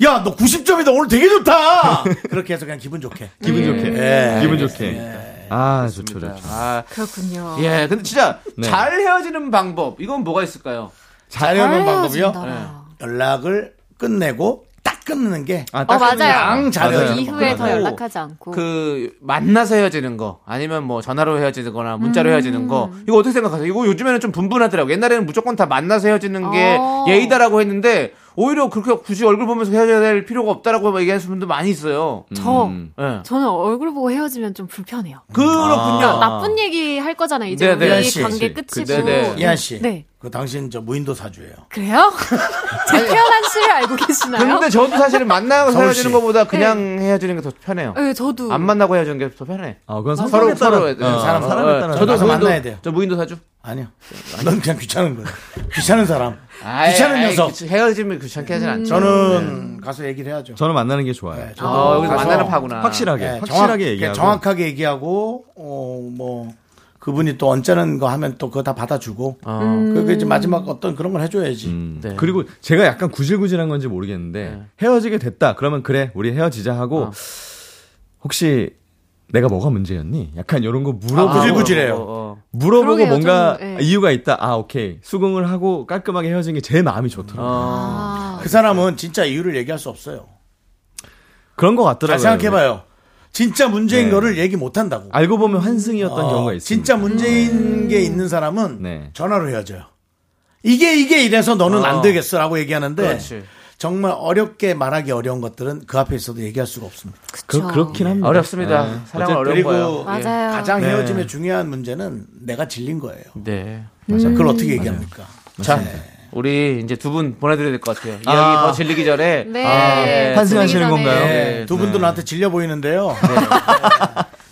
야, 너 90점이다. 오늘 되게 좋다. 그렇게 해서 그냥 기분 좋게. 기분 좋게 예. 기분 좋게 아, 좋죠, 좋죠. 아, 그렇군요. 예, 근데 진짜 네. 잘 헤어지는 방법 이건 뭐가 있을까요? 잘 해보는 아, 방법이요. 헤어진다. 연락을 끝내고 딱 끊는 게. 어, 맞아요. 양 잘해요. 그 이후에 더 그리고 연락하지 않고. 그 만나서 헤어지는 거 아니면 뭐 전화로 헤어지거나 문자로 헤어지는 거 음. 이거 어떻게 생각하세요? 이거 요즘에는 좀 분분하더라고. 옛날에는 무조건 다 만나서 헤어지는 게 어. 예의다라고 했는데 오히려 그렇게 굳이 얼굴 보면서 헤어져야 될 필요가 없다라고 얘기하는 분도 많이 있어요. 음. 저 예. 저는 얼굴 보고 헤어지면 좀 불편해요. 그렇군요. 아. 나쁜 얘기 할 거잖아요. 이제 아. 네네. 우리 씨, 씨. 관계 끝이고. 그, 네네. 이한 씨. 네. 그 당신 저 무인도 사주예요. 그래요? 제 태어난 씨를 알고 계시나요? 네. 근데 저도 사실은 만나고 서울 헤어지는 씨. 것보다 그냥 헤어지는 게 더 편해요. 예, 저도 안 만나고 헤어지는 게 더 편해. 아, 그건 서로 성별에 따라 서로 어, 사람, 사람에 따라 저도 만나서 무인도- 만나야 돼요. 저 무인도 사주. 아니요. 넌 그냥 귀찮은 거예요. 귀찮은 사람. 아이, 귀찮은 아이, 녀석. 그치. 헤어지면 귀찮게 음. 하진 않죠. 저는 가서 얘기를 해야죠. 저는 만나는 게 좋아요. 네, 저도 아, 여기 가서 만나는 파구나. 확실하게, 예, 확실하게 정확- 얘기하고. 정확하게 얘기하고 어 뭐 그분이 또 언짢은 거 하면 또 그거 다 받아주고 그게 이제 마지막 어떤 그런 걸 해줘야지. 음. 네. 그리고 제가 약간 구질구질한 건지 모르겠는데 네. 헤어지게 됐다. 그러면 그래 우리 헤어지자 하고 혹시 내가 뭐가 문제였니? 약간 이런 거 물어보고 아, 구질구질해요. 물어보고 그러게요, 뭔가 좀, 예. 이유가 있다. 아 오케이 수긍을 하고 깔끔하게 헤어진 게 제 마음이 좋더라고요. 아, 그 사람은 진짜 이유를 얘기할 수 없어요. 그런 것 같더라고요. 잘 생각해봐요. 진짜 문제인 네. 거를 얘기 못 한다고. 알고 보면 환승이었던 어, 경우가 있어요. 진짜 문제인 게 있는 사람은 네. 아. 전화로 헤어져요. 이게 이게 이래서 너는 어. 안 되겠어라고 얘기하는데 그렇지. 정말 어렵게 말하기 어려운 것들은 그 앞에 있어도 얘기할 수가 없습니다. 그, 그렇죠. 그렇긴 합니다. 뭐 어렵습니다. 사랑은 어려운 그리고 거예요. 맞아요. 가장 네. 헤어짐의 중요한 문제는 내가 질린 거예요. 네. 그걸 어떻게 얘기합니까? 자, 우리 이제 두 분 보내드려야 될 것 같아요. 이야기 아. 더 질리기 전에. 네. 아, 환승하시는 들리기 전에. 건가요? 네. 예, 두 분도 나한테 질려 보이는데요.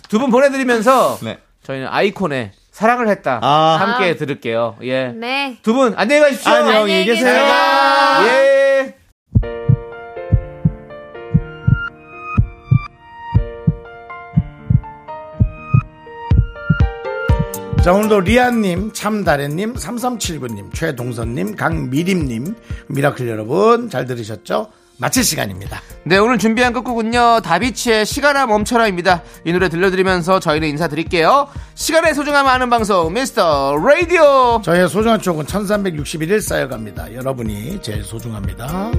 두 분 보내드리면서 네. 저희는 아이콘의 사랑을 했다. 아. 함께 들을게요. 예. 네. 두 분 안녕히 가십시오. 안녕히 계세요. 예. 자, 오늘도 리안님, 참다래님, 3379님, 최동선님, 강미림님, 미라클 여러분, 잘 들으셨죠? 마칠 시간입니다. 네, 오늘 준비한 끝곡은요. 다비치의 시간아 멈춰라입니다. 이 노래 들려드리면서 저희는 인사드릴게요. 시간의 소중함 아는 방송 미스터 라디오. 저의 소중한 추억은 1361일 쌓여갑니다. 여러분이 제일 소중합니다.